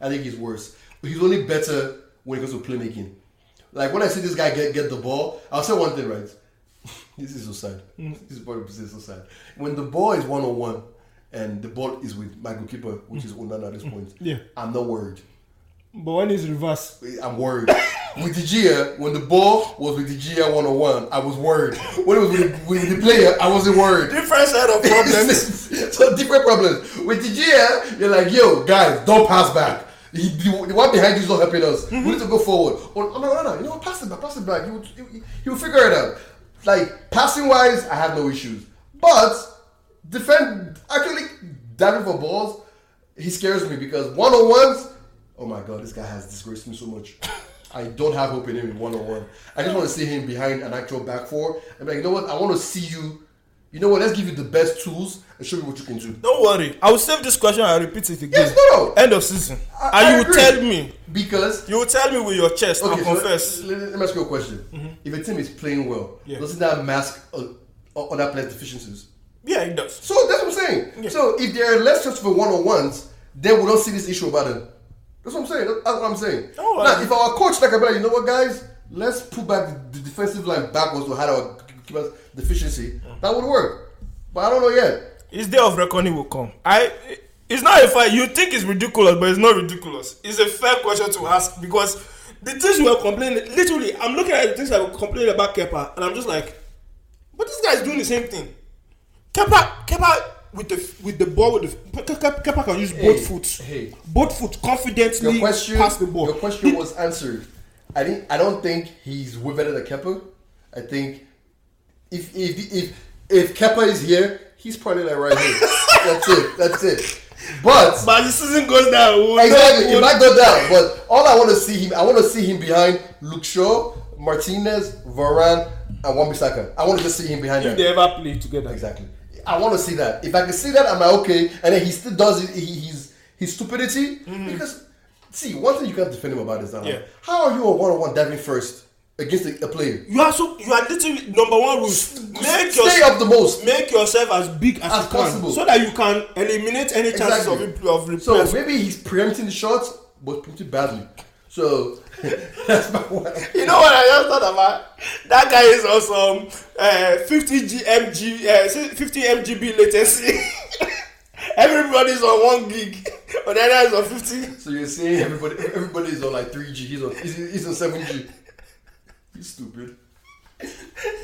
B: I think he's worse. But he's only better when it comes to playmaking. Like when I see this guy get get the ball, I'll say one thing right. this is so sad. This is probably this is so sad. When the ball is one on one, and the ball is with my goalkeeper, which is Onana at this point.
A: Yeah.
B: I'm not worried.
A: But when it's reverse,
B: I'm worried. with the Gia, when the ball was with the Gia 101, I was worried. When it was with, with the player, I wasn't worried.
A: different set of problems.
B: so different problems. With the Gia, you're like, yo, guys, don't pass back. He, the, the one behind you is not helping us. We need to go forward. Or, oh, no, no, no, you know what? Pass it back, pass it back. You, you, you figure it out. Like, passing wise, I have no issues. But, defend, actually, diving for balls, he scares me because one on ones, oh my god, this guy has disgraced me so much. I don't have hope in him in one on one. I just want to see him behind an actual back four. I'm like, you know what? I want to see you. You know what? Let's give you the best tools and show you what you can do.
A: Don't worry. I will save this question and repeat it again.
B: Yes, no, no.
A: End of season.
B: I-
A: and
B: I
A: you
B: agree.
A: tell me.
B: Because
A: You will tell me with your chest
B: okay,
A: and
B: so
A: confess. Mm-hmm.
B: let, let- let me ask you a question. If a team is playing well,
A: Yeah.
B: doesn't that mask uh, uh, other players' deficiencies?
A: yeah, it does.
B: So that's what I'm saying. So if there are less chance for one on ones, then we don't see this issue about them. That's what I'm saying. That's what I'm saying.
A: Oh,
B: now,
A: I-
B: if our coach like about, you know what, guys, let's pull back the defensive line backwards to hide our keeper's deficiency.
A: Mm.
B: That would work. But I don't know yet.
A: His day of reckoning will come. I. It's not a fact. You think it's ridiculous, but it's not ridiculous. It's a fair question to ask because the things we are complaining. Literally, I'm looking at the things I were complaining about Kepa, and I'm just like, but this guy is doing the same thing. Kepa, Kepa with the with the ball with the Ke- Ke- Kepa can use both foot,
B: hey.
A: both foot confidently
B: Your question,
A: pass the ball.
B: your question was answered. I didn't. I don't think he's way better than Kepa. I think if if if if Kepa is here, he's probably like right here. that's it. That's it. But
A: but the season goes down. oh, we'll know-
B: Exactly,
A: we'll-
B: it might go down, but all I want to see him, I want to see him behind Luke Shaw, Martinez, Varane, and Wan-Bissaka. I want to just see him behind
A: if they
B: them.
A: ever play together.
B: Exactly. I want to see that. If I can see that, I'm like okay. And then he still does it, he, his his stupidity because see one thing you can't defend him about is that like,
A: Yeah.
B: how are you a one-on-one diving first against a, a player?
A: You are so you are literally number one rule. Make your
B: Stay up the most.
A: make yourself as big as,
B: As
A: you can
B: possible.
A: so that you can eliminate any chances
B: Exactly.
A: of impl- of
B: So
A: replacement.
B: maybe he's preempting the shots, but pretty badly. So that's my one.
A: you know what I just thought about? That guy is awesome. Uh, 50 GMG, uh, say 50 MGB latency. Everybody's on one gig, but the other is on 50.
B: So you're saying everybody everybody's on like 3G, he's on he's, he's on 7G. He's stupid.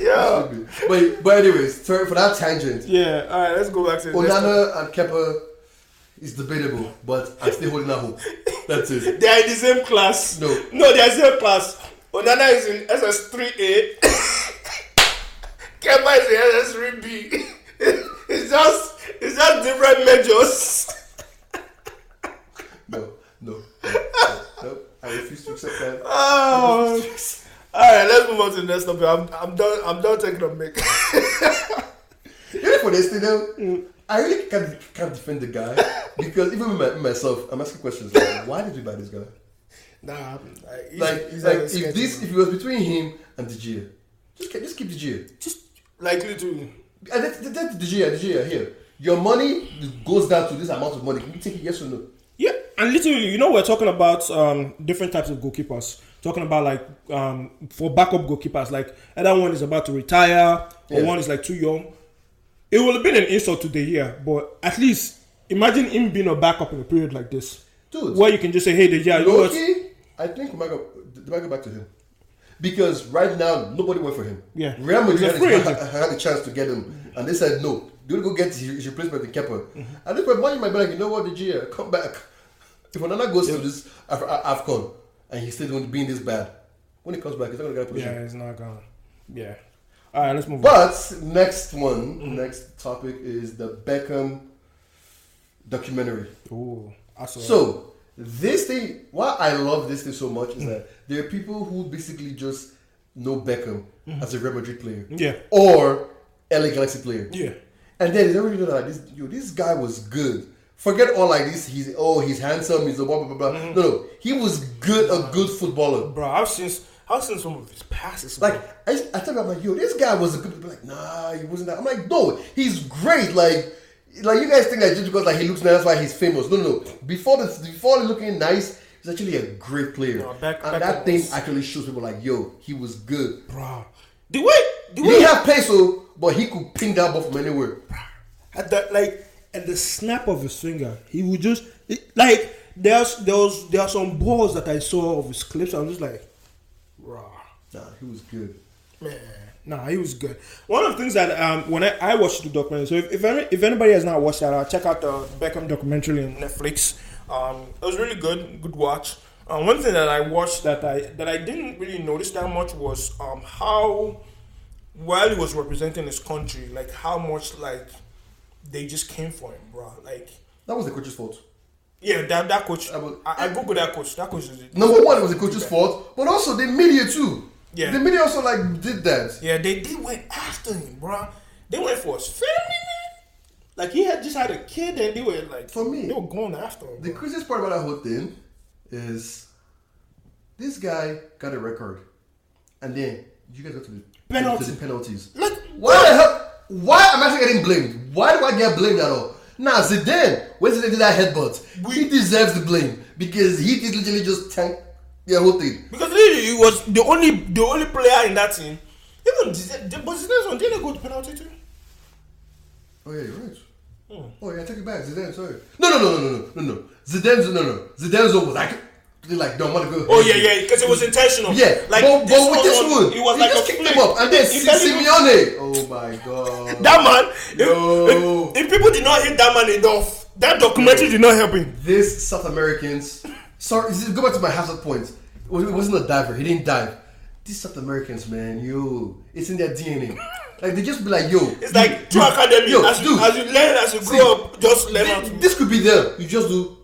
A: Yeah,
B: stupid. But but anyways, sorry for that tangent.
A: yeah. All right, let's go back to the next one.
B: Onana and Kepa is debatable, but I'm still holding out hope. That's it.
A: They are in the same class.
B: No.
A: no, they are same class. Onana is in SS3A. Kemba is in SS3B. It's just, it's just different majors.
B: No, no, no, no. I refuse to accept that.
A: Oh, All right, let's move on to the next topic. I'm, I'm done. I'm done taking a mic.
B: Even for this thing, though,
A: Mm.
B: I really can't, can't defend the guy because even with my, myself, I'm asking questions like, why did we buy this guy?
A: nah, like, he's,
B: Like,
A: he's
B: like
A: having a
B: if
A: sketchy
B: this,
A: man.
B: if it was between him and DJ, just ke- just keep DJ.
A: just like literally,
B: And that's Uh, that, that, DJ, DJ here. Your money goes down to this amount of money. Can you take it? Yes or no?
C: Yeah, and literally, you know, we're talking about um, different types of goalkeepers. Talking about like um, for backup goalkeepers, like either one is about to retire or
B: Yeah.
C: one is like too young. It would have been an insult to the year, but at least imagine him being a backup in a period like this,
B: Dude.
C: where you can just say, "Hey, the year, you know what?
B: Loki, I think we might go, they might go back to him. Because right now, nobody went for him.
C: Yeah.
B: Real Madrid
C: He's a
B: had,
C: free
B: had,
C: agent.
B: had a chance to get him, and they said no. You go get his his replacement in Kepa.
C: Mm-hmm.
B: At this point, money might be like, you know what, DG, come back. If Onana goes to this Af- Af- AFCON and he's still being this bad, when he comes back, he's not going to get a position.
C: Yeah, it's not gone. Yeah. All right, let's move on.
B: But next one,
C: Mm-hmm.
B: next topic is the Beckham documentary.
C: Ooh, I saw.
B: So this thing, why I love this thing so much is that there are people who basically just know Beckham as a Real Madrid player,
C: Mm-hmm. Yeah.
B: or LA Galaxy player,
C: Yeah.
B: and then they don't really know that this yo, this guy was good. Forget all like this. He's oh, he's handsome. He's a blah blah blah. blah.
C: Mm-hmm.
B: No, no, he was good, a good footballer.
A: bro. I've seen I've seen some of his passes.
B: Like
A: bro.
B: I, I tell you, I'm like, yo, this guy was a good. Like, nah, he wasn't that. I'm like, no, he's great. Like, like you guys think that just because like he looks nice, that's why he's famous. No, no. Before the before looking nice, he's actually a great player.
A: No, Beck-
B: and
A: Beckham
B: that thing
A: was-
B: actually shows people like, yo, he was good.
A: bro, the way the
B: He
A: way
B: didn't have peso, but he could ping that ball from anywhere.
C: at the like at the snap of his finger, he would just it, like there's there was there are some balls that I saw of his clips. I'm just like, raw.
B: Nah, he was good.
A: man.
C: Nah, he was good. One of the things that um when I, I watched the documentary, so if if, any, if anybody has not watched that, uh, check out the Beckham documentary on Netflix.
A: Um, it was really good, good watch. Um, one thing that I watched that I that I didn't really notice that much was um how while he was representing his country, like how much like they just came for him, bro. Like
B: That was the coach's fault.
A: yeah, that that coach.
B: I will-
A: I, I googled that coach. That coach is
B: Number one, it was the coach's fault, but also the media too.
A: Yeah.
B: The media also like did that.
A: Yeah, they they went after him, bro. They went for his family, man. Like he had just had a kid, and they were like
B: For me,
A: they were going after him.
B: The
A: bruh.
B: craziest part about that whole thing is this guy got a record, and then you guys got to the
C: Penalty.
B: to the penalties.
A: Like
B: Why the hell? Why am I actually getting blamed? Why do I get blamed at all? Nah, Zidane, when Zidane did that headbutt, he deserves the blame because he did literally just tank the whole thing.
A: Because really, he was the only the only player in that team. Even Zidane- but Zidane's one didn't go to penalty too.
B: Oh yeah, you're right.
A: Hmm.
B: Oh yeah, I take it back, Zidane. Sorry. No, no, no, no, no, no, no, no. Zidane's no, no. Zidane's was like, like don't want to go.
A: Oh yeah, yeah, because it was intentional.
B: Yeah,
A: like
B: but,
A: this
B: but with this
A: was-
B: one,
A: it was
B: he
A: like
B: just
A: a
B: kicked
A: flick.
B: him up, and then
A: He
B: Si-
A: barely even-
B: Simeone. Oh my god!
A: That man, if,
B: No.
A: if, if people did not hit that man enough, that documentary did not help him.
B: this South Americans. Sorry, this- go back to my hazard point. It was- it wasn't a diver. He didn't dive. These South Americans, man, yo, it's in their DNA. Like they just be like, yo.
A: It's like through academy, as you as you learn, as you grow up, just learn how
B: This,
A: to.
B: this could be them. You just do.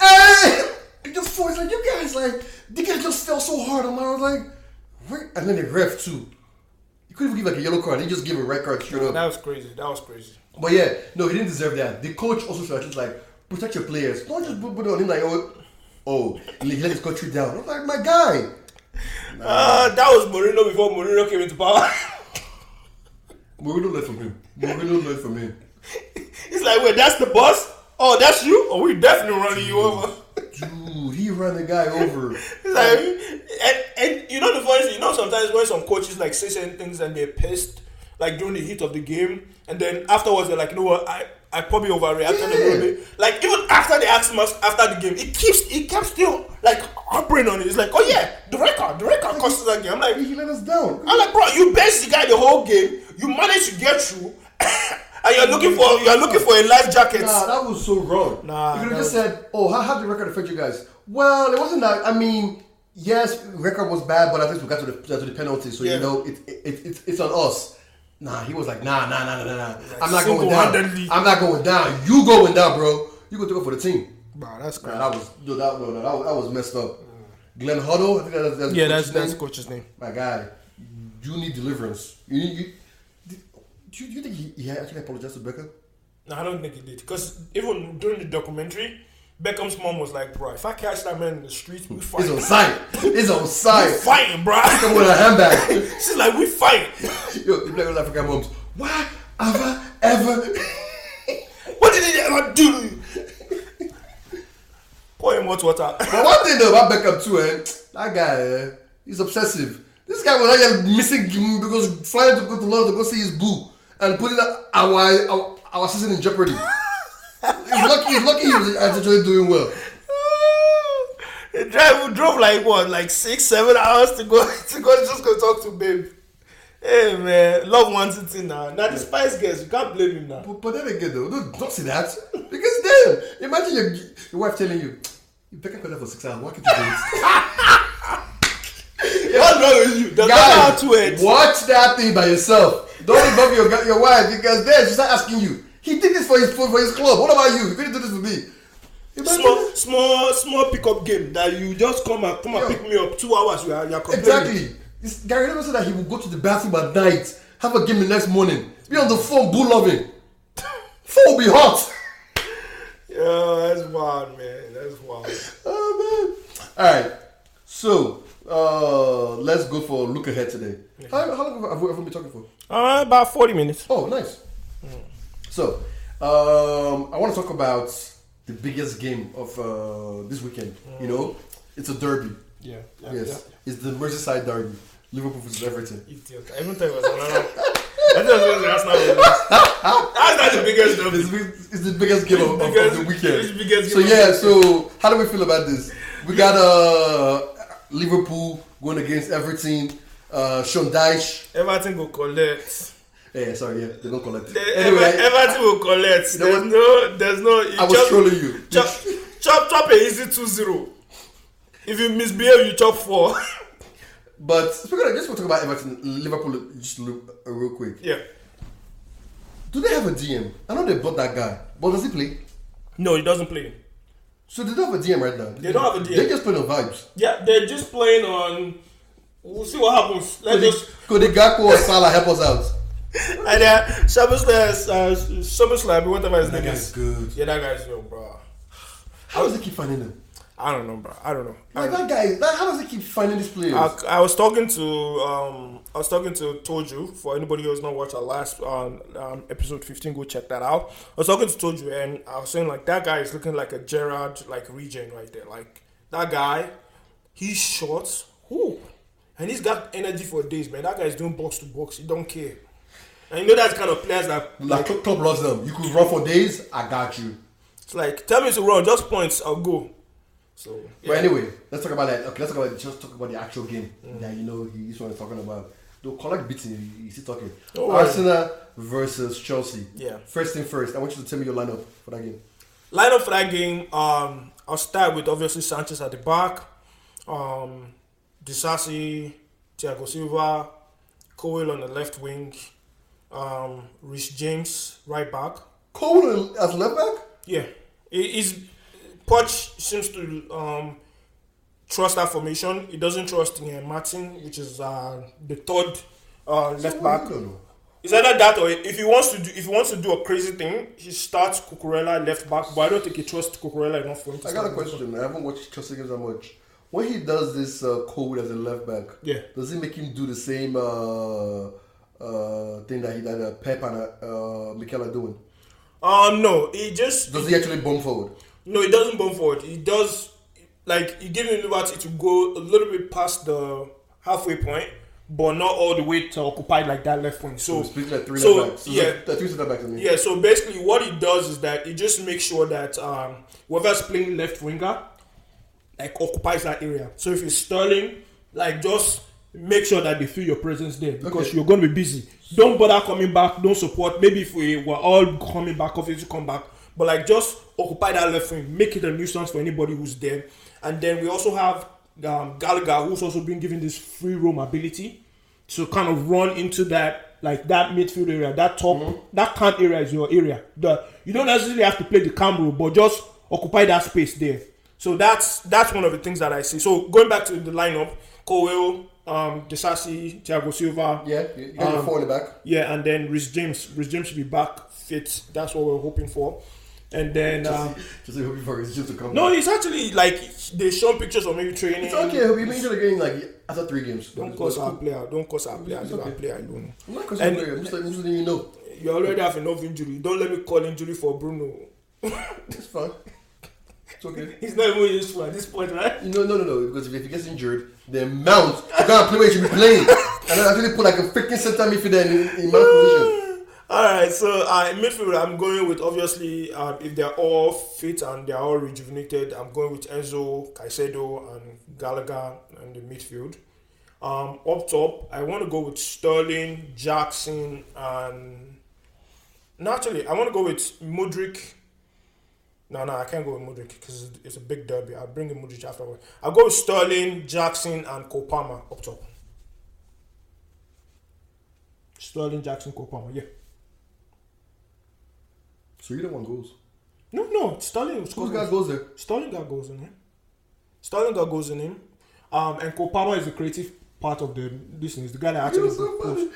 B: Hey! You just force like you guys like they guys just fell so hard. I'm like, I was like, wait, and then the ref too. You couldn't even give like a yellow card. They just give a red card straight up.
A: That was crazy. That was crazy.
B: But yeah, no, he didn't deserve that. The coach also should just like protect your players. Don't just put put it on him like oh, oh, he let his country down. I'm like my guy.
A: Uh, that was Mourinho before Mourinho came into power.
B: Mourinho learned from him. Mourinho learned from him.
A: it's like, wait, that's the boss. Oh, that's you. Oh, we definitely running you over.
B: Dude, he ran the guy over.
A: It's like, and, and you know the funny thing, you know sometimes when some coaches like say certain things and they're pissed, like during the heat of the game, and then afterwards they're like, you know what, I, I probably overreacted a little
B: Yeah.
A: bit. Like even after the ask us after the game, it keeps it kept still like harping on it. It's like, oh yeah, the record, the record cost us that game. I'm like,
B: He let us down.
A: I'm like, bro, you bench the guy the whole game, you managed to get through, and you're looking for you're looking for a life jacket.
B: Nah, that was so wrong.
A: Nah,
B: you could
A: that
B: have just
A: was-
B: said, "Oh, how how did the record affect you guys?" Well, it wasn't that. I mean, yes, record was bad, but at least we got to the to the penalty, so
A: Yeah.
B: you know it, it, it, it's it's on us. Nah, he was like, "Nah, nah, nah, nah, nah, nah. I'm not going down.
A: single-handedly.
B: I'm not going down. You going down, bro. You going to go for the team."
A: Bro, that's
B: Nah, that was no, that, no, no, that, was- that was messed up. Glenn Huddle. I think that's, that's
D: yeah,
B: the
D: that's
B: coach's
D: that's
B: name.
D: coach's name.
B: My guy, you need deliverance. You need. You, do you, do you think he, he actually apologized to Beckham?
A: No, I don't think he did. Because even during the documentary, Beckham's mom was like, bro, if I catch that man in the streets, we
B: It's
A: fight.
B: on site. It's on
A: we
B: site.
A: fighting, bro.
B: Come with a handbag.
A: She's like, we fight.
B: Yo, the black and African moms. Why have I ever?
A: What did he ever do? Pour him hot water.
B: But one thing though about Beckham too, eh, that guy, eh, he's obsessive. This guy was like missing him because flying to go to London to go see his boo and putting our our, our season in jeopardy. he's lucky. He's lucky. He was actually doing well.
A: He drive, we drove like what, like six, seven hours to go to go just go talk to babe. Hey man, love wants it in now. Now the Spice Girls, you can't blame him now.
B: But, but then again, though, don't, don't see that because then imagine your your wife telling you, "You Beckham played for six hours. What can you do?"
A: What's wrong with you? That's not how
B: Guys,
A: to it.
B: watch that thing by yourself. Don't involve your your wife because then she start asking you. He did this for his for his club. What about you? You couldn't do this for me. Imagine
A: Small, small, small pickup game that you just come and come and
B: Yo.
A: pick me up. Two hours, you are, you are complaining.
B: Exactly. This Gary Neville said that he would go to the bathroom at night, have a game the next morning, be on the phone, boo loving. Phone will be hot.
A: Yeah, that's wild, man. That's wild.
B: Oh man. Alright. So uh let's go for a look ahead today. How, how long have we, have we been talking for?
A: Uh, about forty minutes.
B: Oh nice. So um I want to talk about the biggest game of uh this weekend. You know? It's a derby.
A: Yeah. yeah
B: yes. It's the Merseyside Derby. Liverpool versus Everton.
A: Yeah. Idiot. I even thought it was another. I thought it was that's not the biggest. That's not the biggest though.
B: It's, the- it's the biggest game of, of- of the
A: Biggest-
B: weekend.
A: it's the biggest
B: so
A: game of
B: yeah, so how do we feel about this? We got uh, Liverpool going against Everton. Uh, Sean Dyche.
A: Everything will collect.
B: Yeah, sorry, yeah, they don't collect.
A: They,
B: anyway,
A: Ever, Everton will e, collect.
B: You know
A: There's no, there's no. you
B: I was trolling you.
A: Chop, chop, chop a easy 2-0. If you misbehave, you chop four.
B: But speaking of, just want to talk about Everton, Liverpool. Just look, uh, real quick.
A: yeah.
B: Do they have a DM? I know they bought that guy, but does he play?
A: No, he doesn't play.
B: So they don't have a DM right now.
A: They don't have a DM.
B: They just play on vibes.
A: Yeah, they're just playing on. We'll see what happens. Let's
B: Could,
A: just.
B: could the Gakpo or Salah help us out?
A: And uh, Shabusla, uh, Shabusla, whatever his name is.
B: good.
A: Yeah, that guy's yo, bro.
B: How does he keep finding them?
A: I don't know, bro. I don't know. I
B: Like that guy, that, how does he keep finding these players?
A: I, I was talking to um I was talking to Toju for anybody who's not watched our last um, um episode fifteen go check that out. I was talking to Toju and I was saying like that guy is looking like a Gerard like region right there like that guy he's short who and he's got energy for days man that guy's doing box to box he don't care and you know that kind of players that
B: Like club, club loves them. You could run for days. I got you.
A: it's like tell me to run just points I'll go so
B: But anyway, let's talk about that. Okay, let's talk about just talk about the actual game
A: Mm.
B: that you know he's one is talking about. The collect beating. He's still talking.
A: Don't worry.
B: Arsenal versus Chelsea.
A: Yeah.
B: First thing first. I want you to tell me your lineup for that game.
A: lineup for that game, um, I'll start with obviously Sanchez at the back, um, Disasi, Thiago Silva, Cowell on the left wing, um, Rich James right back.
B: Cole as left back.
A: Yeah, he- he's Poch seems to um, trust that formation. He doesn't trust uh, Martin, which is uh, the third uh, left back.
B: I don't know.
A: It's either that or if he wants to do if he wants to do a crazy thing, he starts Cucurella left back. But I don't think he trusts Cucurella enough for him to.
B: I
A: start
B: got a
A: him.
B: question. I haven't watched Chelsea games that much. When he does this uh, Cole as a left back,
A: Yeah.
B: does he make him do the same uh, uh, thing that he that uh, Pep and uh, uh, Mikel are doing?
A: Um, no, he just
B: Does he actually bomb forward?
A: no, he doesn't bump forward. He does like he gives him liberty to go a little bit past the halfway point, but not all the way to occupy like that left wing. So,
B: So split like three
A: so,
B: left backs. So
A: yeah.
B: the three center backs. I mean.
A: yeah. So basically, what he does is that he just makes sure that um, whoever's playing left winger like occupies that area. So if it's Sterling, like just make sure that they feel your presence there because
B: Okay.
A: you're going to be busy. Don't bother coming back. Don't support. Maybe if we were all coming back, obviously come back. But like just occupy that left wing, make it a nuisance for anybody who's there. And then we also have um, Gallagher, who's also been given this free roam ability to kind of run into that like that midfield area, that top,
B: Mm-hmm.
A: that cant area is your area. The you don't necessarily have to play the cam role, but just occupy that space there. So that's that's one of the things that I see. So going back to the lineup, Cowell, um, Desasi, Thiago Silva,
B: Yeah, you, you got your
A: Um,
B: four in the back.
A: yeah, and then Rhys James. Rhys James should be back fit. That's what we're hoping for. And then um,
B: Just hoping for his gym to come.
A: no,
B: back.
A: it's actually like they shown pictures of maybe training.
B: it's okay. He'll be injured again like after three games.
A: Don't
B: But-
A: curse
B: but-
A: our player. Don't curse our player.
B: It's
A: Leave our
B: okay.
A: player alone.
B: I'm not concerned.
A: And-
B: I'm just like, I'm just letting you know.
A: You already have enough injury. Don't let me call injury for Bruno.
B: It's fine. It's okay.
A: He's not even useful at this point, right?
B: You know, no, no, no. Because if he gets injured, the amount you gotta play where you should be playing, and then actually put like a freaking center midfielder in, in my position.
A: All right, so uh, in midfield, I'm going with obviously um, if they're all fit and they're all rejuvenated, I'm going with Enzo, Caicedo, and Gallagher in the midfield. Um, up top, I want to go with Sterling, Jackson, and naturally, I want to go with Mudrik. No, no, I can't go with Mudrik because it's a big derby. I'll bring in Mudrik afterward. I'll go with Sterling, Jackson, and Kopama up top. Sterling, Jackson, Kopama, yeah.
B: So you don't want goals.
A: No, no, Non, Sterling was
B: Who's
A: scored.
B: got goals there?
A: Sterling got goals in him. Sterling got goals in him. Um, and Copama is the creative part of the this is the guy that
B: You're
A: actually.
B: so funny.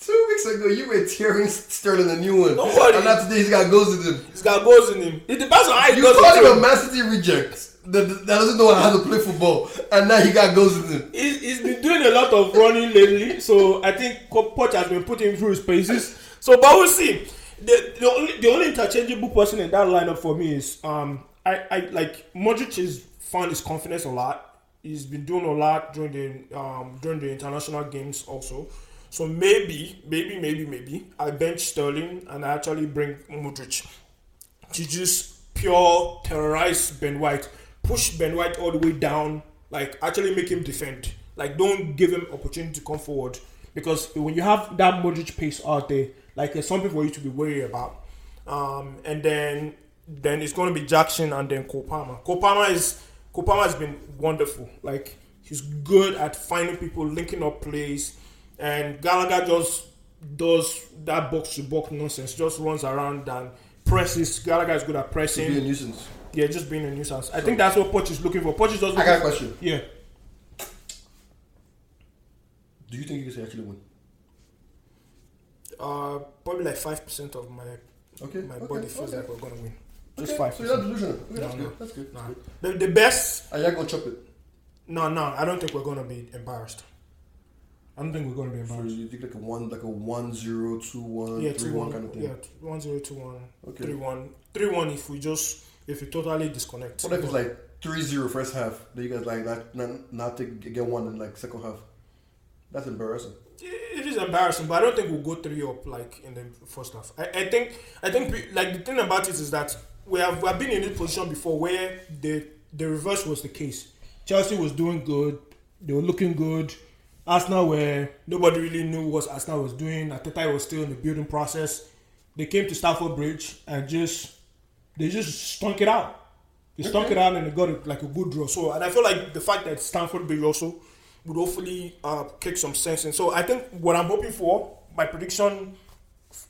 B: Two weeks ago, you were tearing Sterling a new one.
A: Don't worry.
B: And now today, he's got goals in him.
A: He's got goals in him. It depends on how he
B: You
A: does it.
B: called him a
A: too.
B: Man City reject that, that doesn't know how to play football, and now he got goals in him.
A: He's, he's been doing a lot of running lately, so I think Co- Poch has been putting him through his paces. So, but we'll see. The, the only the only interchangeable person in that lineup for me is um I, I like Modric has found his confidence a lot. He's been doing a lot during the um during the international games also. So maybe maybe maybe maybe I bench Sterling and I actually bring Modric to just pure terrorize Ben White, push Ben White all the way down, like actually make him defend. Like don't give him opportunity to come forward because when you have that Modric pace out there, like there's something for you to be worried about. Um, and then then it's going to be Jackson and then Kopama. Kopama is Kopama has been wonderful. Like he's good at finding people, linking up plays, and Gallagher just does that box to box nonsense. Just runs around and presses. Gallagher is good at
B: He's being a
A: pressing.
B: nuisance.
A: Yeah, just being a nuisance. I think that's what Poch is looking for. Poch is just
B: I
A: looking
B: got a question.
A: yeah.
B: Do you think you can actually win?
A: Uh, probably like five percent of my
B: Okay.
A: my
B: okay,
A: body feels
B: okay.
A: like we're gonna win. Just
B: Okay,
A: five
B: So you're not
A: percent.
B: delusional. Okay, that's
A: No, no.
B: good. That's good.
A: Nah. The, the best
B: And you're gonna chop it.
A: No, no, I don't think we're gonna be embarrassed. I don't think we're gonna be
B: So
A: embarrassed.
B: you think like a one, like a one zero two one
A: yeah,
B: three
A: two
B: one
A: one,
B: kind of thing.
A: yeah, t- one zero two one,
B: Okay.
A: three one, three one. If we just, if we totally disconnect.
B: What if it's like 3-0 first half? Then you guys like not not, not take, get one in like second half. That's embarrassing.
A: it it is embarrassing, but I don't think we'll go three up like in the first half. I, I think I think we- like the thing about it is that we have we have been in this position before where the the reverse was the case. Chelsea was doing good, they were looking good. Arsenal were nobody really knew what Arsenal was doing. Ateta was still in the building process. They came to Stafford Bridge and just they just stunk it out. They stunk it out and they got a, like a good draw. So, and I feel like the fact that Stanford Bridge also would hopefully uh, kick some sense in. So, I think what I'm hoping for, my prediction,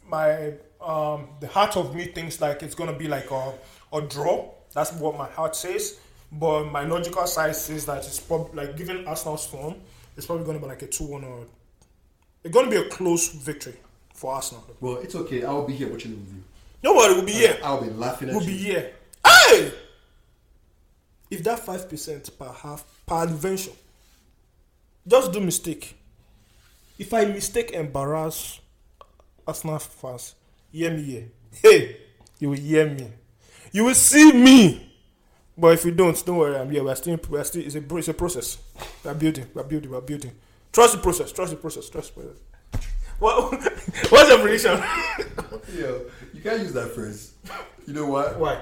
A: my um, the heart of me thinks like it's gonna be like a, a draw. That's what my heart says. But my logical side says that it's probably like given Arsenal's form, it's probably gonna be like a two-one or it's gonna be a close victory for Arsenal.
B: Well, it's okay. I'll be here watching it with you.
A: Nobody will be here.
B: I'll be laughing at
A: will
B: you.
A: be here. Hey! If that five percent per half per adventure, just do mistake. If I mistake embarrass Arsenal fans, hear me here. Hey, you will hear me. You will see me. But if you don't, don't worry. I'm here. We're still. We're still. It's a. bro- It's a process. We're building. We're building. We're building. Trust the process. Trust the process. Trust the process. What, what's your prediction?
B: Yo, you can't use that phrase. You know what?
A: Why?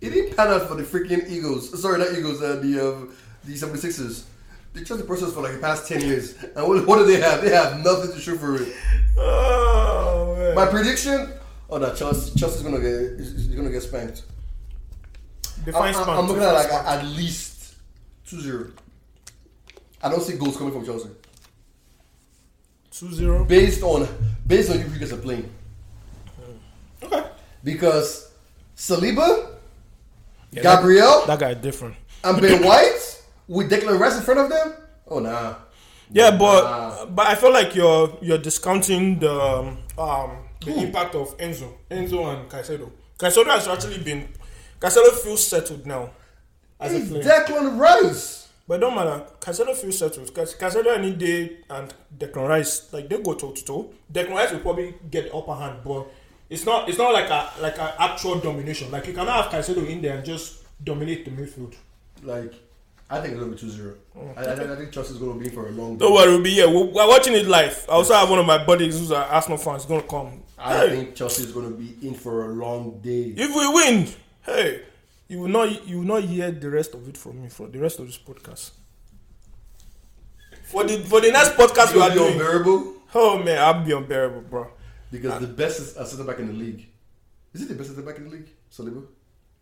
B: It didn't pan out for the freaking Eagles. Sorry, not Eagles, uh, the uh, the 76ers. They chose the process for like the past 10 years. And what, what do they have? They have nothing to show for it.
A: Oh man.
B: My prediction? Oh, no, Chelsea, Chelsea's going to get is, is gonna get spanked.
A: Define
B: I- I-
A: span.
B: I'm looking at like at at least 2 0. I don't see goals coming from Chelsea.
A: two zero.
B: Based on based on you guys are playing.
A: Okay.
B: Because Saliba, Gabriel,
A: That guy is different.
B: and Ben White with Declan Rice in front of them? Oh nah.
A: Yeah, but
B: Nah.
A: but I feel like you're you're discounting the um, um the impact of Enzo, Enzo and Caicedo. Caicedo has actually been Caicedo feels settled now as
B: It's
A: a player,
B: Declan Rice.
A: but it don't matter. Caicedo feels settled. Cais- Caicedo any day and Declan Rice like they go toe to toe. Declan Rice will probably get the upper hand, but it's not it's not like a like an actual domination. Like you cannot have Caicedo in there and just dominate the midfield.
B: Like, I think it's gonna be 2-0.
A: Mm.
B: I, I, think- I think Chelsea's gonna be for a long.
A: Don't worry, we'll be here. We're, we're watching it live. I also have one of my buddies who's an Arsenal fan. He's gonna come.
B: I
A: Hey.
B: think Chelsea is gonna be in for a long day.
A: If we win, hey, you will not you will not hear the rest of it from me for the rest of this podcast. For the for the next podcast we
B: It'll
A: are
B: be
A: doing.
B: unbearable
A: Oh man, I'll be unbearable, bro.
B: because the best is a centre back in the league. Is it the best centre back in the league? Saliba.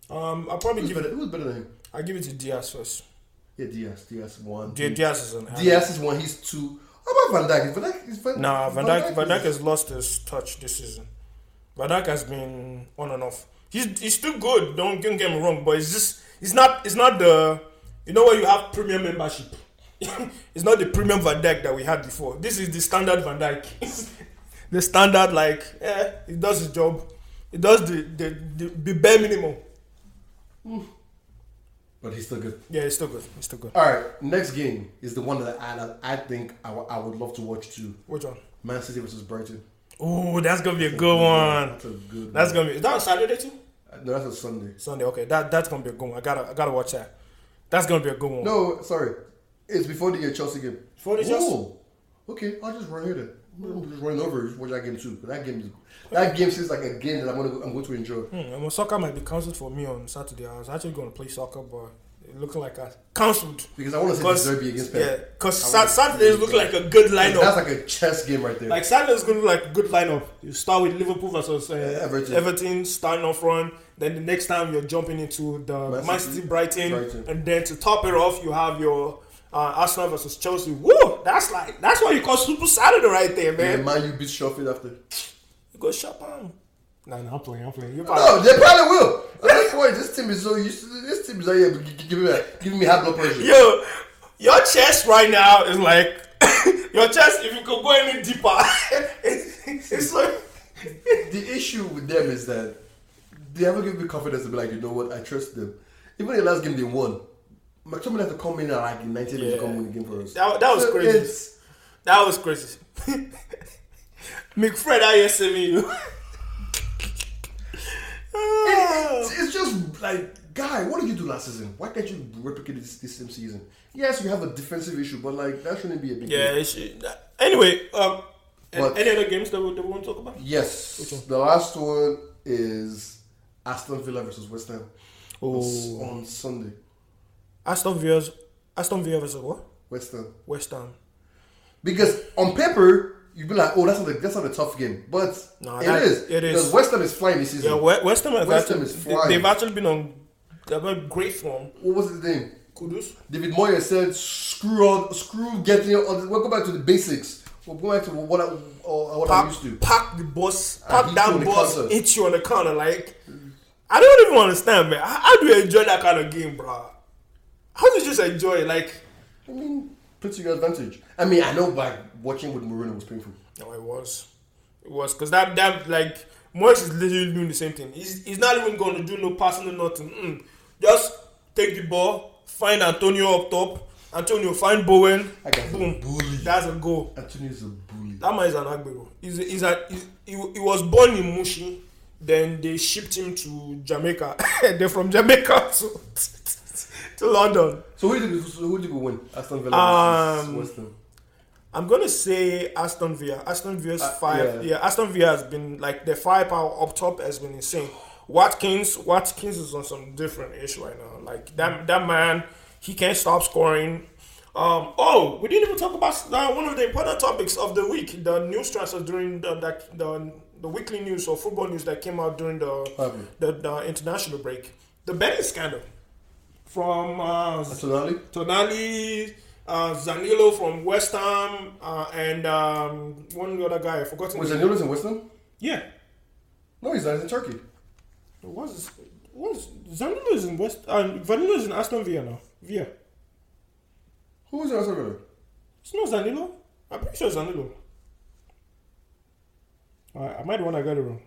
A: Um, I'll probably
B: Who's
A: give it.
B: better, who's better than him?
A: I'll give it to Diaz first.
B: Yeah, Diaz. Diaz one.
A: Di- Diaz is an
B: Diaz is one. He's two. How about Van Dijk? Is Van Dijk. Is Van,
A: Nah, Van Dijk, Van Dijk
B: is-
A: has lost his touch this season. Van Dijk has been on and off. He's he's still good. Don't, don't get me wrong, but it's just it's not it's not the you know where you have premium membership. it's not the premium Van Dijk that we had before. This is the standard Van Dijk. the standard like eh, he does his job. He does the the, the, the bare minimum.
B: But he's still good.
A: Yeah, it's still good. It's still good.
B: All right. Next game is the one that I I think I, w- I would love to watch too.
A: Which one?
B: Man City versus Brighton.
A: Oh, that's gonna be a good one.
B: That's a good.
A: That's
B: one.
A: gonna be is that on Saturday too?
B: No, that's a Sunday.
A: Sunday. Okay, that that's gonna be a good one. I gotta I gotta watch that. That's gonna be a good one.
B: No, sorry. It's before the uh, Chelsea game.
A: Before the Chelsea-
B: Ooh. Okay, I'll just run here then. I'll Just run over, just watch that game too. But That game, is, that game seems like a game that I'm gonna, I'm going to enjoy.
A: Hmm, and well, soccer might be cancelled for me on Saturday. I was actually going to play soccer, but it looked like I cancelled.
B: Because I want to
A: Because
B: see the derby against
A: yeah,
B: Pep.
A: because
B: I
A: Sa-
B: wanna
A: Saturdays
B: see
A: look
B: the
A: like a good
B: That's
A: lineup.
B: like a chess game right there.
A: Like Saturday's going to look like a good lineup. You start with Liverpool versus uh,
B: Everton.
A: Everton, starting off front. Then the next time you're jumping into the
B: Man
A: Man
B: City,
A: City, Brighton,
B: Brighton.
A: and then to top it off, you have your uh, Arsenal versus Chelsea. Woo! That's like that's what you call Super Saturday right there,
B: yeah,
A: man.
B: man, you beat Sheffield after.
A: You go shop on. Nah, nah, I'm playing. I'm playing. You're
B: No, they probably will. I think boy, this team is so used. To, this team is out here gi- gi- giving me, giving me high blood pressure.
A: Yo, your chest right now is like your chest. If you could go any deeper, it's, it's like
B: The issue with them is that they haven't given me confidence to be like, you know what, I trust them. Even in the last game they won. McTominay had to come in at like 90 minutes to come win the game for us.
A: that, that was
B: So
A: crazy.
B: it's-
A: That was crazy. McFred, I hear saving you. Oh.
B: It's, it's just like, guy, what did you do last season? Why can't you replicate this, this same season? Yes, you have a defensive issue, but like that shouldn't be a big
A: yeah.
B: deal.
A: It should, anyway, um,
B: What?
A: any other games that we, that we want to talk about?
B: Yes. The last one is Aston Villa versus West Ham on s-
A: Oh.
B: on Sunday.
A: Aston Villa, Aston Villa versus what?
B: West Ham.
A: West Ham.
B: Because on paper, you'd be like, oh, that's not a, that's not a tough game. But
A: No,
B: it
A: that-
B: is.
A: it is.
B: Because West Ham is flying this season.
A: Yeah, we- West Ham. have
B: West Ham
A: actually-
B: is flying.
A: They, have actually been on. They've been great form.
B: what was his name?
A: Kudus.
B: David Moyes said, screw on, screw getting on. We'll go back to the basics. We'll go back to what, I, uh, what I'm
A: pack,
B: used to.
A: pack the bus,
B: hit
A: pack
B: you on
A: that
B: the
A: bus,
B: counter.
A: hit you on the counter. Like, I don't even understand, man. How, how do you enjoy that kind of game, bro? How do you just enjoy it? Like,
B: I mean, put to your advantage. I mean, I know by watching what Mourinho was painful.
A: no, it was, it was, cause that that like Moyes is literally doing the same thing. He's he's not even going to do no passing or nothing. Mm. Just take the ball, find Antonio up top. Antonio find Bowen.
B: I can
A: Boom,
B: bully.
A: that's a goal.
B: Antonio is a bully.
A: That man is an Agbero. He's, he's a, he's, he, he was born in Mushi, then they shipped him to Jamaica. They're from Jamaica to, to London.
B: So who did we, so who did we win? Aston Villa versus
A: Um,
B: West Ham.
A: I'm gonna say Aston Villa. Aston Villa's
B: Uh,
A: fire.
B: yeah.
A: Yeah. Aston Villa has been like their firepower up top has been insane. Watkins, Watkins is on some different issue right now. Like that that man, he can't stop scoring. Um, oh, we didn't even talk about uh, one of the important topics of the week: the news transfer during the that, the the weekly news or football news that came out during the
B: Happened.
A: the, the international break. The betting scandal from uh,
B: Tonali?
A: Tonali, uh, Zanillo from West Ham, uh, and um, one other guy. I forgot his
B: Was
A: name.
B: Zaniolo in West Ham?
A: Yeah.
B: No, he's not. He's in Turkey.
A: What's his,
C: What's Zanino is in West and Vanilo is in Aston Villa now. Villa.
B: Who's your second?
C: It's not Zanilo. I'm pretty sure it's Zanilo. I, I might the one I got it wrong.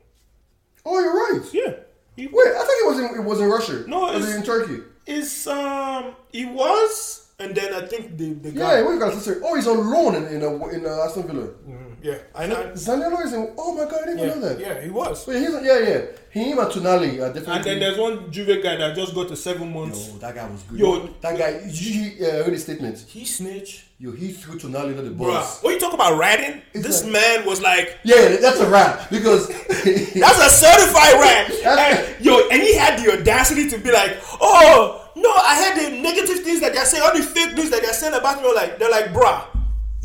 B: Oh, you're right.
C: Yeah. He,
B: Wait, I thought it was in, it was in Russia.
C: No,
B: it was
C: it's-
B: in Turkey.
C: it's um he was and then I think the the guy
B: Yeah, what you guys say? Oh, he's on loan in in, uh, in uh, Aston Villa.
C: Yeah, I know.
B: Zaniolo is in. Oh my God, I didn't
C: Yeah,
B: know that.
C: yeah, he was.
B: Wait, he's, yeah, yeah. Him and Tonali are different.
C: And then there's one Juve guy that just got to seven months.
B: Yo, that guy was good.
C: Yo,
B: that guy. You, you, uh, heard his statement.
C: He snitched.
B: Yo, he threw Tonali under the bus.
A: Bruh, when you talk about riding,
B: It's
A: this
B: like-
A: man was like,
B: Yeah, that's a wrap because
A: that's a certified ride.
B: That's-
A: And, yo, and he had the audacity to be like, oh, no, I heard the negative things that they're saying, all the fake news that they're saying about me. Like, they're like, bruh,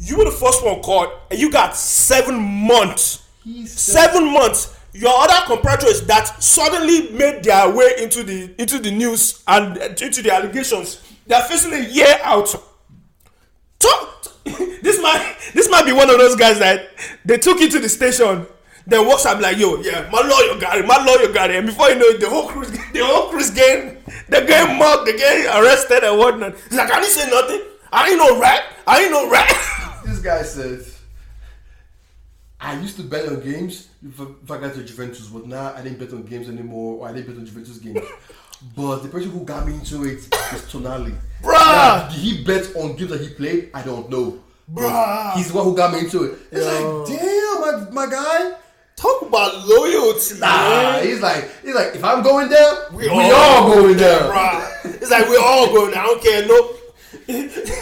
A: you were the first one caught, and you got seven months.
B: He's-
A: seven months your other compatriots that suddenly made their way into the into the news and uh, into the allegations they are facing a year out talk this man this might be one of those guys that they took you to the station then walks up like yo yeah my lawyer got it my lawyer got it and before you know it the whole crew the whole crew's getting they're getting mocked they're getting arrested and whatnot he's like i didn't say nothing i ain't no rat i ain't no rat
B: This guy says, I used to bet on games if I if I got to Juventus, but now I didn't bet on games anymore, or I didn't bet on Juventus games. but the person who got me into it is Tonali.
A: Bruh.
B: Now, did he bet on games that he played? I don't know. Bruh. He's the one who got me into it. It's like, damn, my, my guy.
A: talk about loyalty
B: Nah,
A: man.
B: he's like, he's like, if I'm going there, we,
A: Ah. all
B: all going there.
A: Bruh. It's like we're all going. I don't care. No.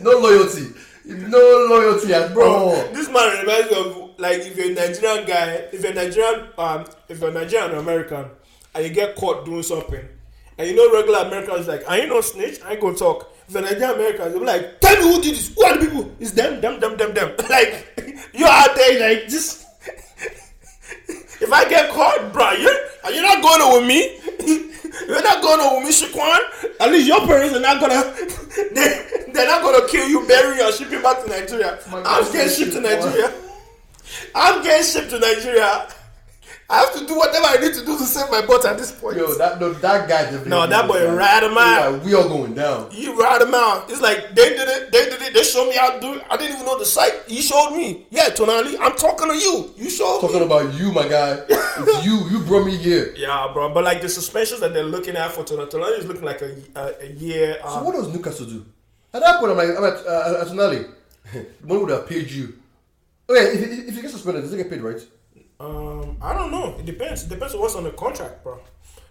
B: No loyalty. No loyalty at all.
A: This man reminds me of like if you're a Nigerian guy, if you're Nigerian, um, if you're Nigerian or American, and you get caught doing something, and you know regular Americans like, I ain't no snitch. I ain't gonna talk. If you're Nigerian Americans, they're like, tell me who did this. Who are the people? It's them, them, them, them, them. like you're out there like just. If I get caught, bro, you are you not going on with me? You're not going on with me, Shaquan. At least your parents are not gonna they, they're not gonna kill you, bury you, and ship you back to Nigeria.
B: My
A: I'm
B: God,
A: getting shipped to
B: Shaquan.
A: Nigeria. I'm getting shipped to Nigeria. I have to do whatever I need to do to save my butt at this point.
B: Yo, that no, that guy definitely.
A: No, that boy
B: Yeah.
A: right him out.
B: Yeah, we all going down.
A: You ride them out. It's like they did it, they did it, they showed me how to do it. I didn't even know the site. You showed me. Yeah, Tonali, I'm talking to you. You showed me.
B: Talking about you, my guy. It's you. You brought me here.
A: Yeah, bro. But like the suspensions that they're looking at for Tonali, Tonali is looking like a a, a year. Um,
B: So what does Newcastle do? At that point, I'm like, I'm at uh, at Tonali. The money would have paid you. Okay, if, if you get suspended, does it get paid, right?
A: um, I don't know. It depends. It depends on what's on the contract, bro.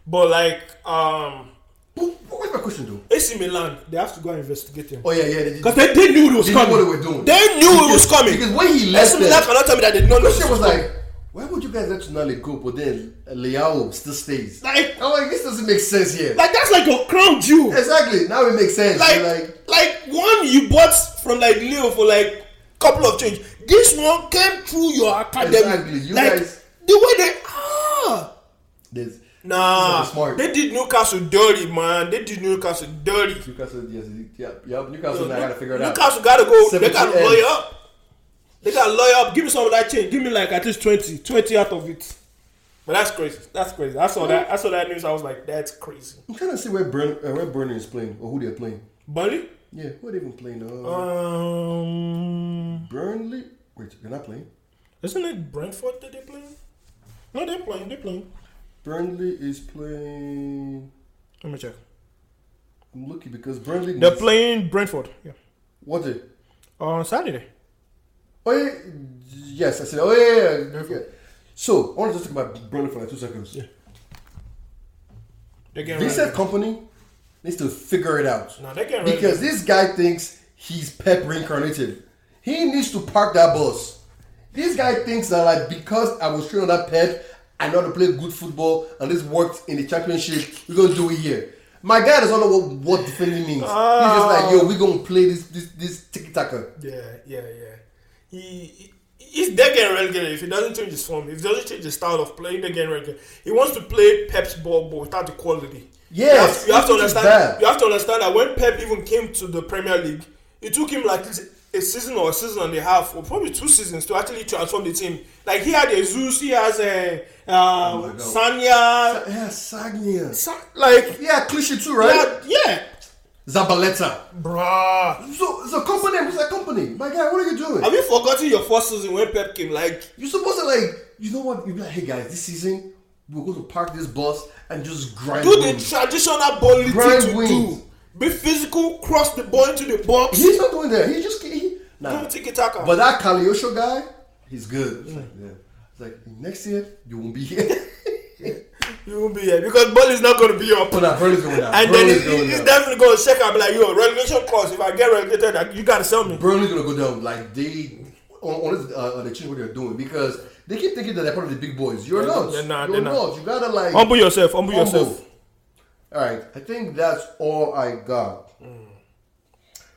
A: But like um,
B: But what's my question though?
A: AC Milan, they have to go and investigate him
B: Oh yeah, yeah. They,
A: because they, they knew it was
B: They knew
A: coming.
B: what they were doing.
A: They knew it was coming.
B: because when he left
A: AC Milan
B: there,
A: cannot tell me that they did not know.
B: Christian
A: it
B: was
A: coming.
B: like, why would you guys let Tonali go, but then Leao still stays?
A: Like-
B: I'm like, this doesn't make sense here.
A: like that's like a crown jewel.
B: exactly. Now it makes sense.
A: like,
B: You're like
A: like one you bought from like Leo for like couple of change. This one came through your academy.
B: Exactly, you
A: like
B: guys-
A: the way they ah.
B: this.
A: Nah,
B: This is smart.
A: they did Newcastle dirty, man. They did Newcastle dirty.
B: Newcastle, yes, yeah, yeah, Newcastle. I gotta figure it out.
A: Newcastle gotta go. They
B: 70
A: gotta
B: M's.
A: lawyer up. They gotta lawyer up. Give me some of that change. Give me like at least 20, 20 out of it. But that's crazy. That's crazy. I saw that. I saw that news. I was like, that's crazy.
B: I'm trying to see where Burn, uh, where Burner is playing or who they're playing.
A: Burnley.
B: Yeah, who are they even playing? Uh,
A: Um,
B: Burnley. Wait, they're not playing.
A: isn't it Brentford that they're playing? No, they're playing. They're playing.
B: Burnley is playing.
A: Let me check.
B: I'm lucky because Burnley.
C: They're
B: needs-
C: playing Brentford. Yeah.
B: What day?
C: On Saturday.
B: Oh yeah, yes, I said. Oh yeah, yeah, yeah. yeah. So I want to just talk about Burnley for like two seconds. Yeah.
A: They're getting
B: Vincent
A: ready.
B: Company needs to figure it out
A: No, they're getting ready.
B: because this guy thinks he's Pep reincarnated. He needs to park that bus. This guy thinks that like because I was trained on that Pep, I know how to play good football, and this worked in the championship. We're gonna do it here. My guy doesn't know what, what defending means. He's just like, yo, we're gonna play this this this tiki taka.
A: Yeah, yeah, yeah. He, he he's they're getting relegated if he doesn't change his form. If he doesn't change his style of play, they're getting relegated. He wants to play Pep's ball, but without the quality.
B: Yes,
A: you have, you have to
B: which is
A: understand.
B: bad.
A: You have to understand that when Pep even came to the Premier League, it took him like a season or a season and a half or probably two seasons to actually transform the team. Like he had a Zeus, he has a
B: Oh my
A: uh,
B: God.
A: Sanya,
B: Yeah, Sagnia.
A: Sa- like
B: Yeah, cliche too, right?
A: yeah, yeah,
B: Zabaleta.
A: bruh.
B: So, so company, who's that company? My guy, what are you doing?
A: Have you forgotten your first season when Pep came? Like
B: You're supposed to like, you know what? You're like, hey guys, this season we're going to park this bus and just grind.
A: do the
B: wins."
A: traditional bowling
B: Grind
A: thing to
B: wins.
A: do. Be physical, cross the ball into the box.
B: He's not doing that. He just he, nah.
A: Don't take it tackle.
B: But that Kaliosho guy, he's good. It's like, yeah. It's like next year you won't be here.
A: you won't be here because ball is not going to be up.
B: but nah, Burley's going down.
A: And then
B: Burley's
A: he's
B: going
A: he's
B: down.
A: definitely going to check out and be like, yo, relegation clause. If I get relegated, like, you got to sell me.
B: Burnley's gonna go down. Like they, on, on this, uh, they change what they're doing because they keep thinking that they're part of the big boys. You're not.
A: they're not,
B: You're
A: they're not. Oh,
B: You gotta like
A: Humble yourself. Humble,
B: humble.
A: yourself.
B: All right, I think that's all I got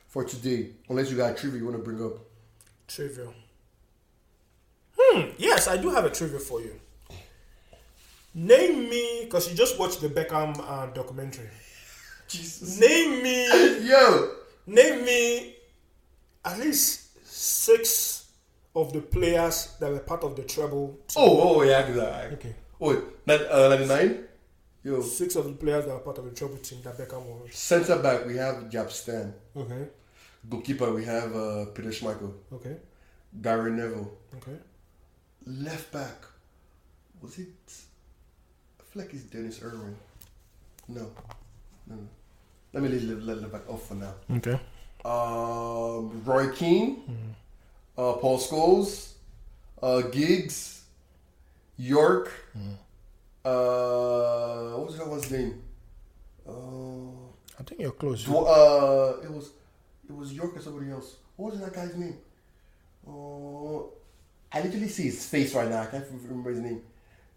B: for today. Unless you got a trivia you want to bring up.
A: Trivial. Hmm. Yes, I do have a trivia for you. Name me, because you just watched the Beckham uh, documentary.
B: Jesus.
A: Name me,
B: Yo,
A: name me, at least six of the players that were part of the treble.
B: Oh, oh, yeah, I can do that.
A: Okay.
B: Wait, that, uh, 99? Yo,
A: Six of the players that were part of the treble team that Beckham was.
B: center back, we have Japstan.
A: Okay.
B: Goalkeeper, we have uh, Peter Schmeichel.
A: Okay.
B: Gary Neville.
A: Okay.
B: Left back, was it? I feel like it's Dennis Irwin. No. No. no. Let me leave left, left back off for now.
C: Okay.
B: Um, Roy Keane, uh, Paul Scholes, uh, Giggs, York. Uh, what was that one's name? Uh,
C: I think you're close.
B: Dw- uh, it was it was York or somebody else. What was that guy's name? Uh, I literally see his face right now. I can't remember his name.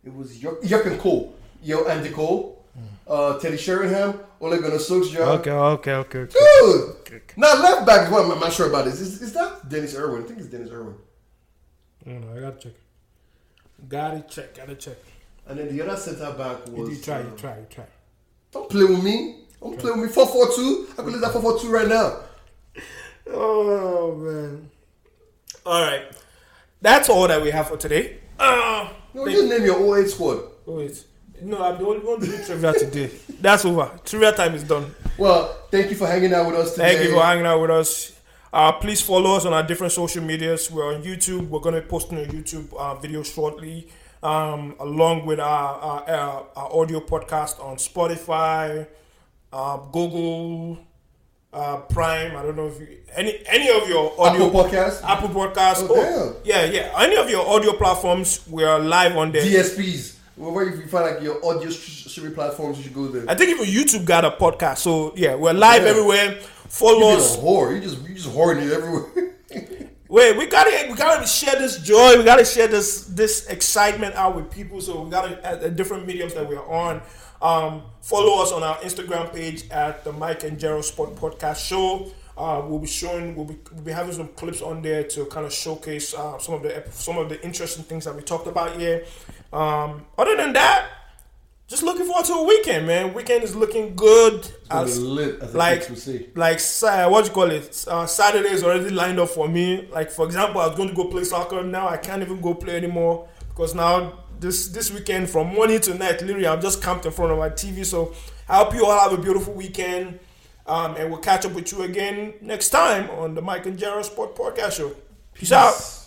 B: It was York, York and Cole. Yo, Andy Cole, uh, Teddy Sheringham, Ole Gunnar Solskjaer.
C: Okay, okay, okay. okay.
B: Dude!
C: Okay.
B: Now, left back is what I'm I'm not sure about. Is, is, is that Dennis Irwin? I think it's Dennis Irwin.
A: No, no, I gotta check. Gotta check, gotta check.
B: And then the other centre back
A: You
B: was.
A: do try,
B: uh,
A: you try, you try.
B: Don't play with me. Don't play with me. 4 4 2. I could lose that 4 4 2 right now.
A: Oh man. Alright. That's all that we have for today. Uh,
B: No, just name your 08 squad.
A: oh wait. No, I'm the only one doing trivia today. That's over. Trivia time is done.
B: Well, thank you for hanging out with us today.
A: Thank you for hanging out with us. Uh, please follow us on our different social medias. We're on YouTube. We're going to be posting a YouTube uh, video shortly, um, along with our, our, our, our audio podcast on Spotify, uh, Google, uh, Prime. I don't know if you, any any of your audio
B: Apple Podcasts?
A: Apple Podcasts.
B: Oh,
A: Oh, yeah, yeah. Any of your audio platforms, we are live on there.
B: DSPs. Well, where if you find like your audio st- streaming platforms, you should go there.
A: I think even YouTube got a podcast. So yeah, we're live
B: Yeah.
A: everywhere. Follow
B: You're a
A: us.
B: whore. You just you just whoring it everywhere.
A: Wait, we gotta we gotta share this joy. We gotta share this this excitement out with people. So we gotta at the different mediums that we are on. Um, follow us on our Instagram page at the Mike and Gerald Sport Podcast Show. Uh, we'll be showing we'll be, we'll be having some clips on there to kind of showcase uh, some of the ep- some of the interesting things that we talked about here. Um, other than that, just looking forward to a weekend, man. Weekend is looking good. As-
B: lit, as the
A: like-
B: kids would say.
A: like sa- what do you call it uh, saturday is already lined up for me like for example i was going to go play soccer now i can't even go play anymore because now this this weekend from morning to night literally i'm just camped in front of my tv so i hope you all have a beautiful weekend um, and we'll catch up with you again next time on the mike and Gerald sport podcast show peace. out